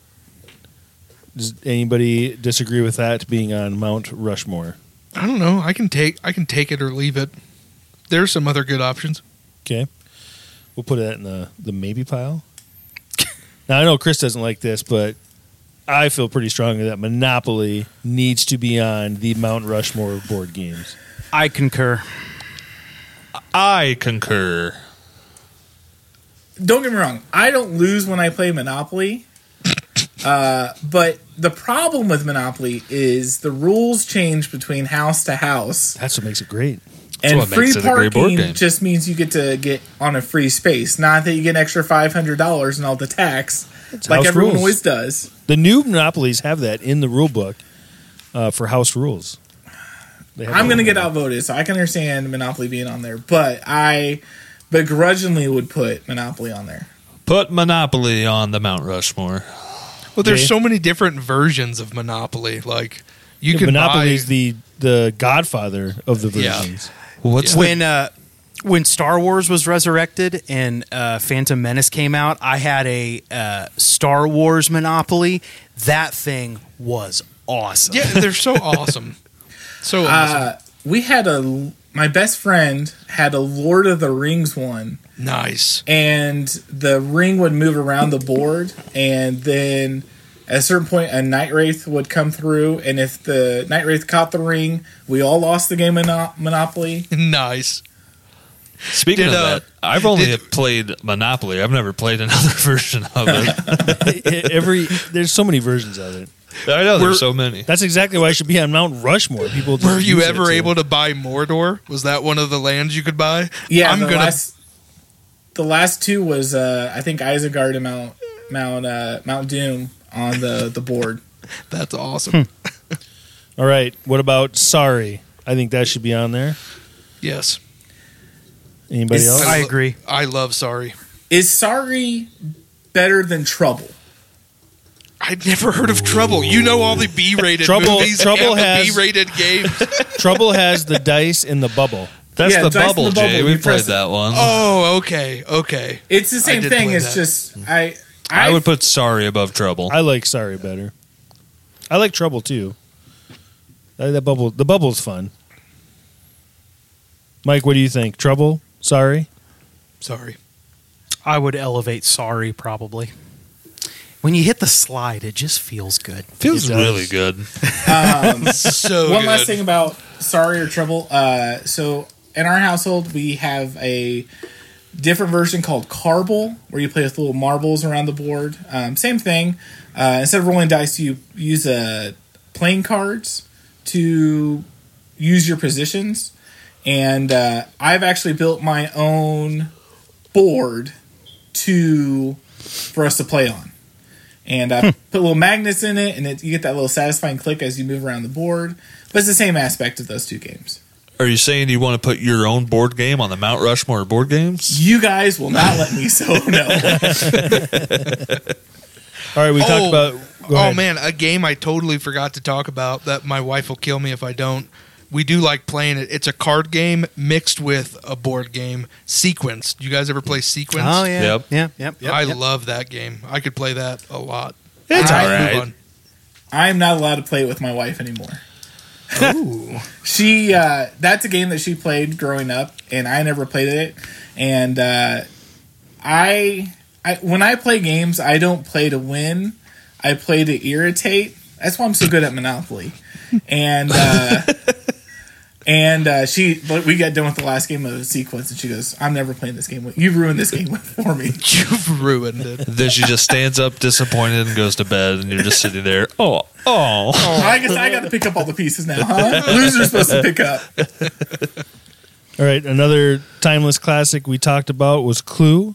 Speaker 2: Does anybody disagree with that being on Mount Rushmore?
Speaker 4: I don't know. I can take I can take it or leave it. There's some other good options.
Speaker 2: Okay. We'll put that in the, the maybe pile. now, I know Chris doesn't like this, but I feel pretty strongly that Monopoly needs to be on the Mount Rushmore of board games.
Speaker 7: I concur.
Speaker 1: I concur.
Speaker 6: don't get me wrong, I don't lose when I play Monopoly. Uh, but the problem with Monopoly is the rules change between house to house.
Speaker 2: That's what makes it great.
Speaker 6: and
Speaker 1: what
Speaker 6: free
Speaker 1: makes it a great board
Speaker 6: parking
Speaker 1: game.
Speaker 6: just means you get to get on a free space, not that you get an extra five hundred dollars and all the tax, like
Speaker 2: house
Speaker 6: everyone
Speaker 2: rules.
Speaker 6: always does.
Speaker 2: The new monopolies have that in the rule book uh, for house rules. They have
Speaker 6: I'm
Speaker 2: that
Speaker 6: going to
Speaker 2: in
Speaker 6: get
Speaker 2: there.
Speaker 6: outvoted, so I can understand Monopoly being on there, but I begrudgingly would put Monopoly on there.
Speaker 1: Put Monopoly on the Mount Rushmore.
Speaker 4: Well, there's
Speaker 2: Okay.
Speaker 4: so many different versions of Monopoly. Like you
Speaker 2: Yeah,
Speaker 4: can
Speaker 2: Monopoly
Speaker 4: buy
Speaker 2: is the the godfather of the
Speaker 4: Yeah.
Speaker 2: versions.
Speaker 1: What's
Speaker 7: when uh, when Star Wars was resurrected and uh, Phantom Menace came out, I had a uh, Star Wars Monopoly. That thing was awesome.
Speaker 4: yeah, they're so awesome, so awesome.
Speaker 6: Uh, we had a my best friend had a Lord of the Rings one
Speaker 4: nice.
Speaker 6: and the ring would move around the board and then at a certain point a night wraith would come through and if the night wraith caught the ring we all lost the game mono- monopoly
Speaker 4: Nice.
Speaker 1: Speaking of
Speaker 4: Did, uh,
Speaker 1: that, I've only played Monopoly. I've never played another version of it.
Speaker 2: Every there's so many versions of it.
Speaker 1: I know
Speaker 4: We're-
Speaker 1: there's so many.
Speaker 2: That's exactly why I should be on Mount Rushmore. People, just
Speaker 4: Were you
Speaker 2: use it
Speaker 4: ever
Speaker 2: to-
Speaker 4: able to buy Mordor? Was that one of the lands you could buy?
Speaker 6: yeah
Speaker 4: I'm
Speaker 6: the
Speaker 4: gonna.
Speaker 6: last the last two was uh i think isengard and mount mount uh mount doom on the the board
Speaker 4: That's awesome.
Speaker 2: All right. What about Sorry? I think that should be on there.
Speaker 4: yes,
Speaker 2: Anybody
Speaker 6: Is-
Speaker 2: else?
Speaker 7: I agree.
Speaker 4: I love Sorry.
Speaker 6: is sorry better than trouble
Speaker 4: I've never heard of Trouble. You know all the B-rated
Speaker 2: Trouble-
Speaker 4: movies
Speaker 2: Trouble
Speaker 4: and
Speaker 2: has-
Speaker 4: the B-rated games.
Speaker 2: Trouble has the dice in the bubble.
Speaker 1: That's
Speaker 6: Yeah,
Speaker 1: the,
Speaker 6: Dice in the
Speaker 1: bubble,
Speaker 6: Bubble,
Speaker 1: Jay.
Speaker 6: you
Speaker 1: We
Speaker 6: press
Speaker 1: played
Speaker 6: it.
Speaker 1: that one.
Speaker 4: Oh, okay, okay.
Speaker 6: it's the same
Speaker 4: did
Speaker 6: thing
Speaker 4: play
Speaker 6: it's
Speaker 4: that.
Speaker 6: just i
Speaker 1: I would put Sorry above Trouble.
Speaker 2: I like Sorry better. I like Trouble too. I like that bubble. The bubble's fun. Mike, what do you think? Trouble? Sorry.
Speaker 4: Sorry.
Speaker 7: I would elevate Sorry probably. When you hit the slide, it just feels good.
Speaker 1: Feels really good.
Speaker 4: So
Speaker 6: one
Speaker 4: good.
Speaker 6: last thing about sorry or trouble uh, so in our household we have a different version called carble where you play with little marbles around the board um, same thing uh, instead of rolling dice you use uh, playing cards to use your positions and uh, i've actually built my own board to for us to play on and I put little magnets in it, and it, you get that little satisfying click as you move around the board. But it's the same aspect of those two games.
Speaker 1: Are you saying you want to put your own board game on the Mount Rushmore of board games?
Speaker 6: You guys will not let me, so no.
Speaker 2: All right. We talked
Speaker 4: Oh.
Speaker 2: about. Go
Speaker 4: oh
Speaker 2: ahead.
Speaker 4: man, a game I totally forgot to talk about that my wife will kill me if I don't. We do like playing it. It's a card game mixed with a board game sequence. You guys ever play sequence?
Speaker 7: Oh yeah,
Speaker 1: Yep.
Speaker 7: yeah, yep.
Speaker 4: I
Speaker 7: yep.
Speaker 4: love that game. I could play that a lot.
Speaker 1: It's
Speaker 6: I-
Speaker 1: all
Speaker 4: Move
Speaker 1: right.
Speaker 4: on.
Speaker 6: I am not allowed to play it with my wife anymore. she uh, that's a game that she played growing up, and I never played it. And uh, I, I when I play games, I don't play to win. I play to irritate. That's why I'm so good at Monopoly. And uh, and uh, she, but we got done with the last game of the sequence, and she goes, "I'm never playing this game. with You ruined this game for me."
Speaker 4: You've ruined it.
Speaker 1: Then she just stands up disappointed and goes to bed, and you're just sitting there. Oh, oh.
Speaker 6: I guess I got to pick up all the pieces now, huh? Loser's supposed to pick up.
Speaker 2: All right. Another timeless classic we talked about was Clue.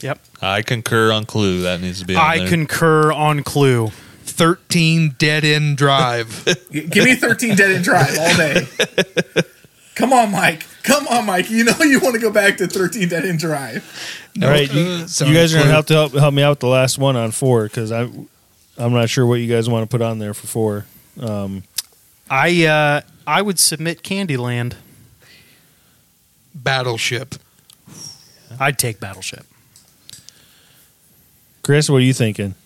Speaker 7: Yep.
Speaker 1: I concur on Clue. That needs to be. On
Speaker 7: I
Speaker 1: there.
Speaker 7: concur on Clue.
Speaker 4: Thirteen dead end drive.
Speaker 6: Give me 13 dead and drive all day. Come on, Mike. Come on, Mike. You know you want to go back to 13 dead and drive.
Speaker 2: All right, you,
Speaker 4: uh, sorry,
Speaker 2: you guys are gonna
Speaker 4: Clue.
Speaker 2: have to help, help me out with the last one on four because I, I'm not sure what you guys want to put on there for four. Um,
Speaker 7: I uh, I would submit Candyland.
Speaker 4: Battleship.
Speaker 7: I'd take Battleship.
Speaker 2: Chris, what are you thinking?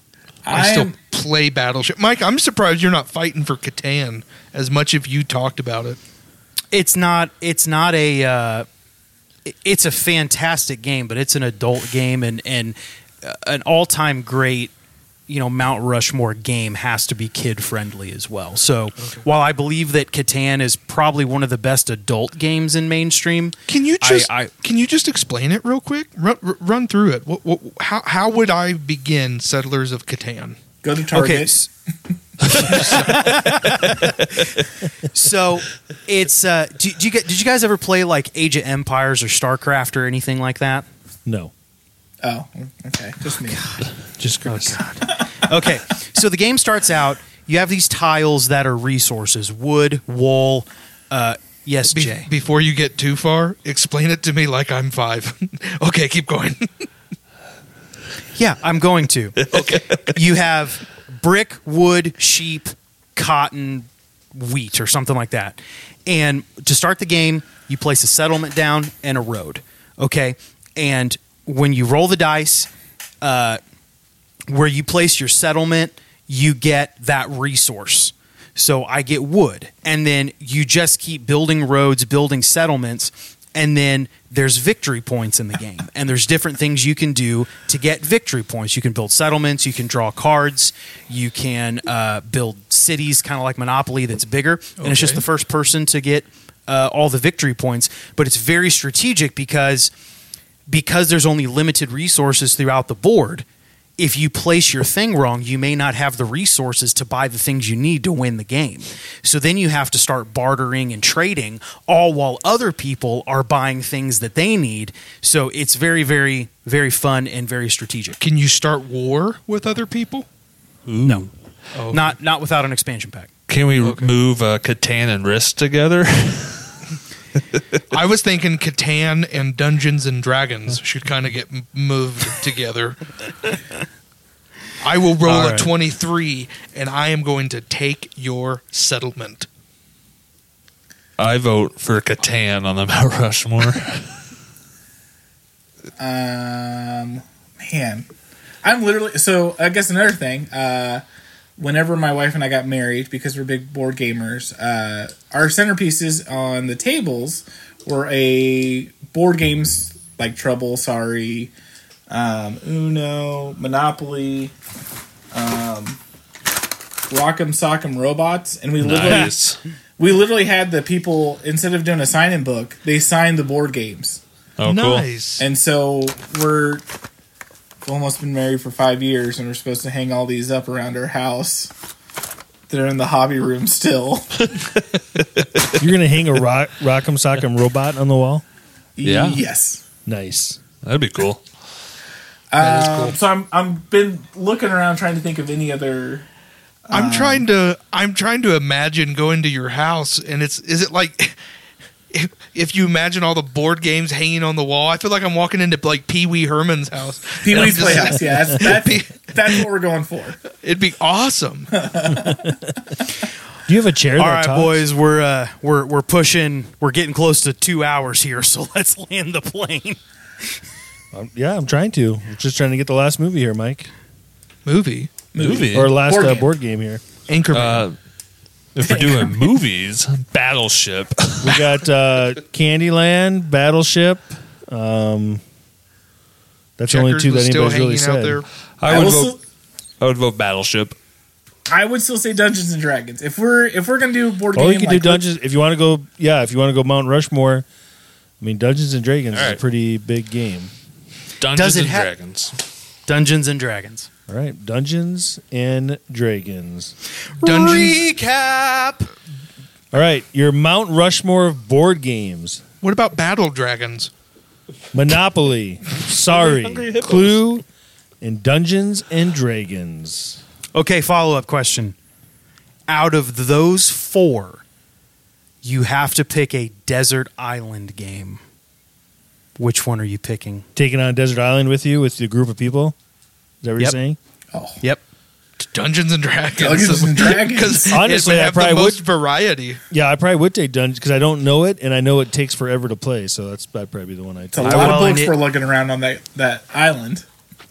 Speaker 4: I,
Speaker 6: I
Speaker 4: still
Speaker 6: am-
Speaker 4: play Battleship. Mike, I'm surprised you're not fighting for Catan as much if you talked about it.
Speaker 7: It's not. It's not a. Uh, it- it's a fantastic game, but it's an adult game, and and uh, an all time great. You know, Mount Rushmore game has to be kid friendly as well. So, while I believe that Catan is probably one of the best adult games in mainstream,
Speaker 4: Can you
Speaker 7: I-
Speaker 4: just
Speaker 7: I-
Speaker 4: can you just explain it real quick? Run, r- run through it. What, what, how how would I begin Settlers of Catan?
Speaker 6: Go to Target.
Speaker 3: Okay. s- so it's uh, do, do you get, did you guys ever play like Age of Empires or StarCraft or anything like that?
Speaker 2: No.
Speaker 6: Oh, okay. Just me.
Speaker 2: Just Chris.
Speaker 3: Oh, Okay, so the game starts out. You have these tiles that are resources: wood, wool. Uh, yes,
Speaker 4: Be-
Speaker 3: Jay.
Speaker 4: Before you get too far, explain it to me like I'm five. okay, keep going.
Speaker 3: Yeah, I'm going to. okay. You have brick, wood, sheep, cotton, wheat, or something like that. And to start the game, you place a settlement down and a road. Okay. And when you roll the dice, uh, where you place your settlement, you get that resource. So I get wood. And then you just keep building roads, building settlements. And then there's victory points in the game. And there's different things you can do to get victory points. You can build settlements, you can draw cards, you can uh, build cities, kind of like Monopoly that's bigger. And it's just the first person to get uh, all the victory points. But it's very strategic because because there's only limited resources throughout the board, if you place your thing wrong, you may not have the resources to buy the things you need to win the game. So then you have to start bartering and trading, all while other people are buying things that they need. So it's very, very, very fun and very strategic.
Speaker 4: Can you start war with other people?
Speaker 3: No, not not without an expansion pack.
Speaker 1: Can we move uh, Catan and Risk together?
Speaker 4: I was thinking Catan and Dungeons and Dragons should kind of get m- moved together. I will roll
Speaker 3: All
Speaker 4: a
Speaker 3: right.
Speaker 4: 23 and I am going to take your settlement.
Speaker 1: I vote for Catan on the Mount Rushmore.
Speaker 6: Um, man, I'm literally. So I guess another thing. Uh, whenever my wife and I got married, because we're big board gamers, uh, our centerpieces on the tables were a board games like Trouble, Sorry, um, Uno, Monopoly. Um, Rock'em Sock'em Robots, and we literally we literally had the people instead of doing a sign in book, they signed the board games.
Speaker 1: Oh,
Speaker 4: nice.
Speaker 6: And so we're we've almost been married for five years, and we're supposed to hang all these up around our house. They're in the hobby room still.
Speaker 2: You're going to hang a rock, Rock'em Sock'em robot on the wall?
Speaker 1: Yeah.
Speaker 6: Yes.
Speaker 2: Nice.
Speaker 1: cool. That'd be cool.
Speaker 6: Um, so I'm I'm been looking around trying to think of any other.
Speaker 4: I'm
Speaker 2: um,
Speaker 4: trying to I'm trying to imagine going to your house and it's is it like if, if you imagine all the board games hanging on the wall, I feel like I'm walking into like Pee Wee Herman's house.
Speaker 6: Pee
Speaker 4: And I'm
Speaker 6: Wee's
Speaker 4: just-
Speaker 6: Playhouse. Yeah, that's, that's, that's what we're going for.
Speaker 4: It'd be awesome.
Speaker 2: Do you have a chair
Speaker 3: All
Speaker 2: that
Speaker 3: right,
Speaker 2: talks?
Speaker 3: boys, we're uh, we're we're pushing. We're getting close to two hours here, so let's land the plane.
Speaker 2: Um, yeah, I'm trying to. I'm just trying to get the last movie here, Mike.
Speaker 4: Movie.
Speaker 1: Movie.
Speaker 2: Or last
Speaker 6: Board
Speaker 2: uh,
Speaker 6: game.
Speaker 2: board game here.
Speaker 4: Anchorman.
Speaker 1: uh, if we're doing movies, Battleship.
Speaker 2: We got uh, Candyland, Battleship. Um, that's the only
Speaker 4: Checkers
Speaker 2: two
Speaker 4: was
Speaker 2: that
Speaker 4: still
Speaker 2: anybody's really
Speaker 4: hanging out
Speaker 2: said.
Speaker 4: there.
Speaker 1: I
Speaker 6: I
Speaker 1: would
Speaker 6: will
Speaker 1: vote. I would vote Battleship.
Speaker 6: I would still say Dungeons and Dragons. If we're if we're gonna do a board
Speaker 2: Or
Speaker 6: game,
Speaker 2: you can
Speaker 6: like-
Speaker 2: do Dungeons if you want to go. Yeah, if you want to go Mount Rushmore. I mean, Dungeons and Dragons
Speaker 1: All
Speaker 2: is
Speaker 1: right.
Speaker 2: a pretty big game.
Speaker 1: Dungeons
Speaker 3: it
Speaker 1: and
Speaker 3: ha-
Speaker 1: Dragons.
Speaker 3: Dungeons and Dragons.
Speaker 2: All right, Dungeons and Dragons.
Speaker 4: Dungeons.
Speaker 3: Recap.
Speaker 2: All right, your Mount Rushmore of board games:
Speaker 4: What about Battle Dragons?
Speaker 2: Monopoly, Sorry, Clue, and Dungeons and Dragons.
Speaker 3: Okay, follow up question. Out of those four, you have to pick a desert island game. Which one are you picking?
Speaker 2: Taking on Desert Island with you with your group of people. Is that what
Speaker 3: Yep.
Speaker 2: you're saying?
Speaker 3: Yep.
Speaker 4: Dungeons and Dragons.
Speaker 6: Dungeons and Dragons.
Speaker 4: 'Cause it
Speaker 2: Honestly,
Speaker 4: would
Speaker 2: I
Speaker 4: have the
Speaker 2: probably
Speaker 4: most variety.
Speaker 2: Yeah, I probably would take Dungeons because I don't know it, and I know it takes forever to play. So that's that'd probably be the one I
Speaker 6: It's a
Speaker 2: take.
Speaker 6: lot
Speaker 3: will,
Speaker 6: of
Speaker 3: and
Speaker 6: books
Speaker 3: it-
Speaker 6: we're looking around on that that island.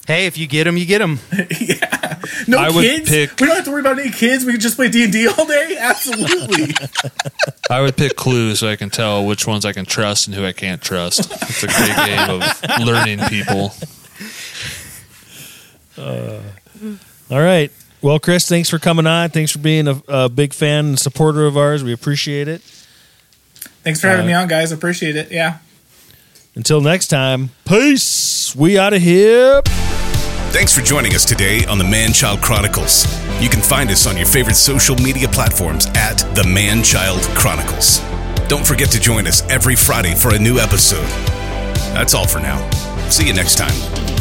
Speaker 3: Hey, if you get them, you get them.
Speaker 6: No
Speaker 1: I would
Speaker 6: kids.
Speaker 1: pick-
Speaker 6: we don't have to worry about any kids. We can just play D and D all day. Absolutely.
Speaker 1: I would pick Clue so I can tell which ones I can trust and who I can't trust. It's a great game of learning people.
Speaker 2: All right. Well, Chris, thanks for coming on. Thanks for being a, a big fan and supporter of ours. We appreciate it.
Speaker 6: Thanks for having me on, guys. Appreciate it. Yeah.
Speaker 2: Until next time, peace. We out of here.
Speaker 5: Thanks for joining us today on the Man Child Chronicles. You can find us on your favorite social media platforms at the Man Child Chronicles. Don't forget to join us every Friday for a new episode. That's all for now. See you next time.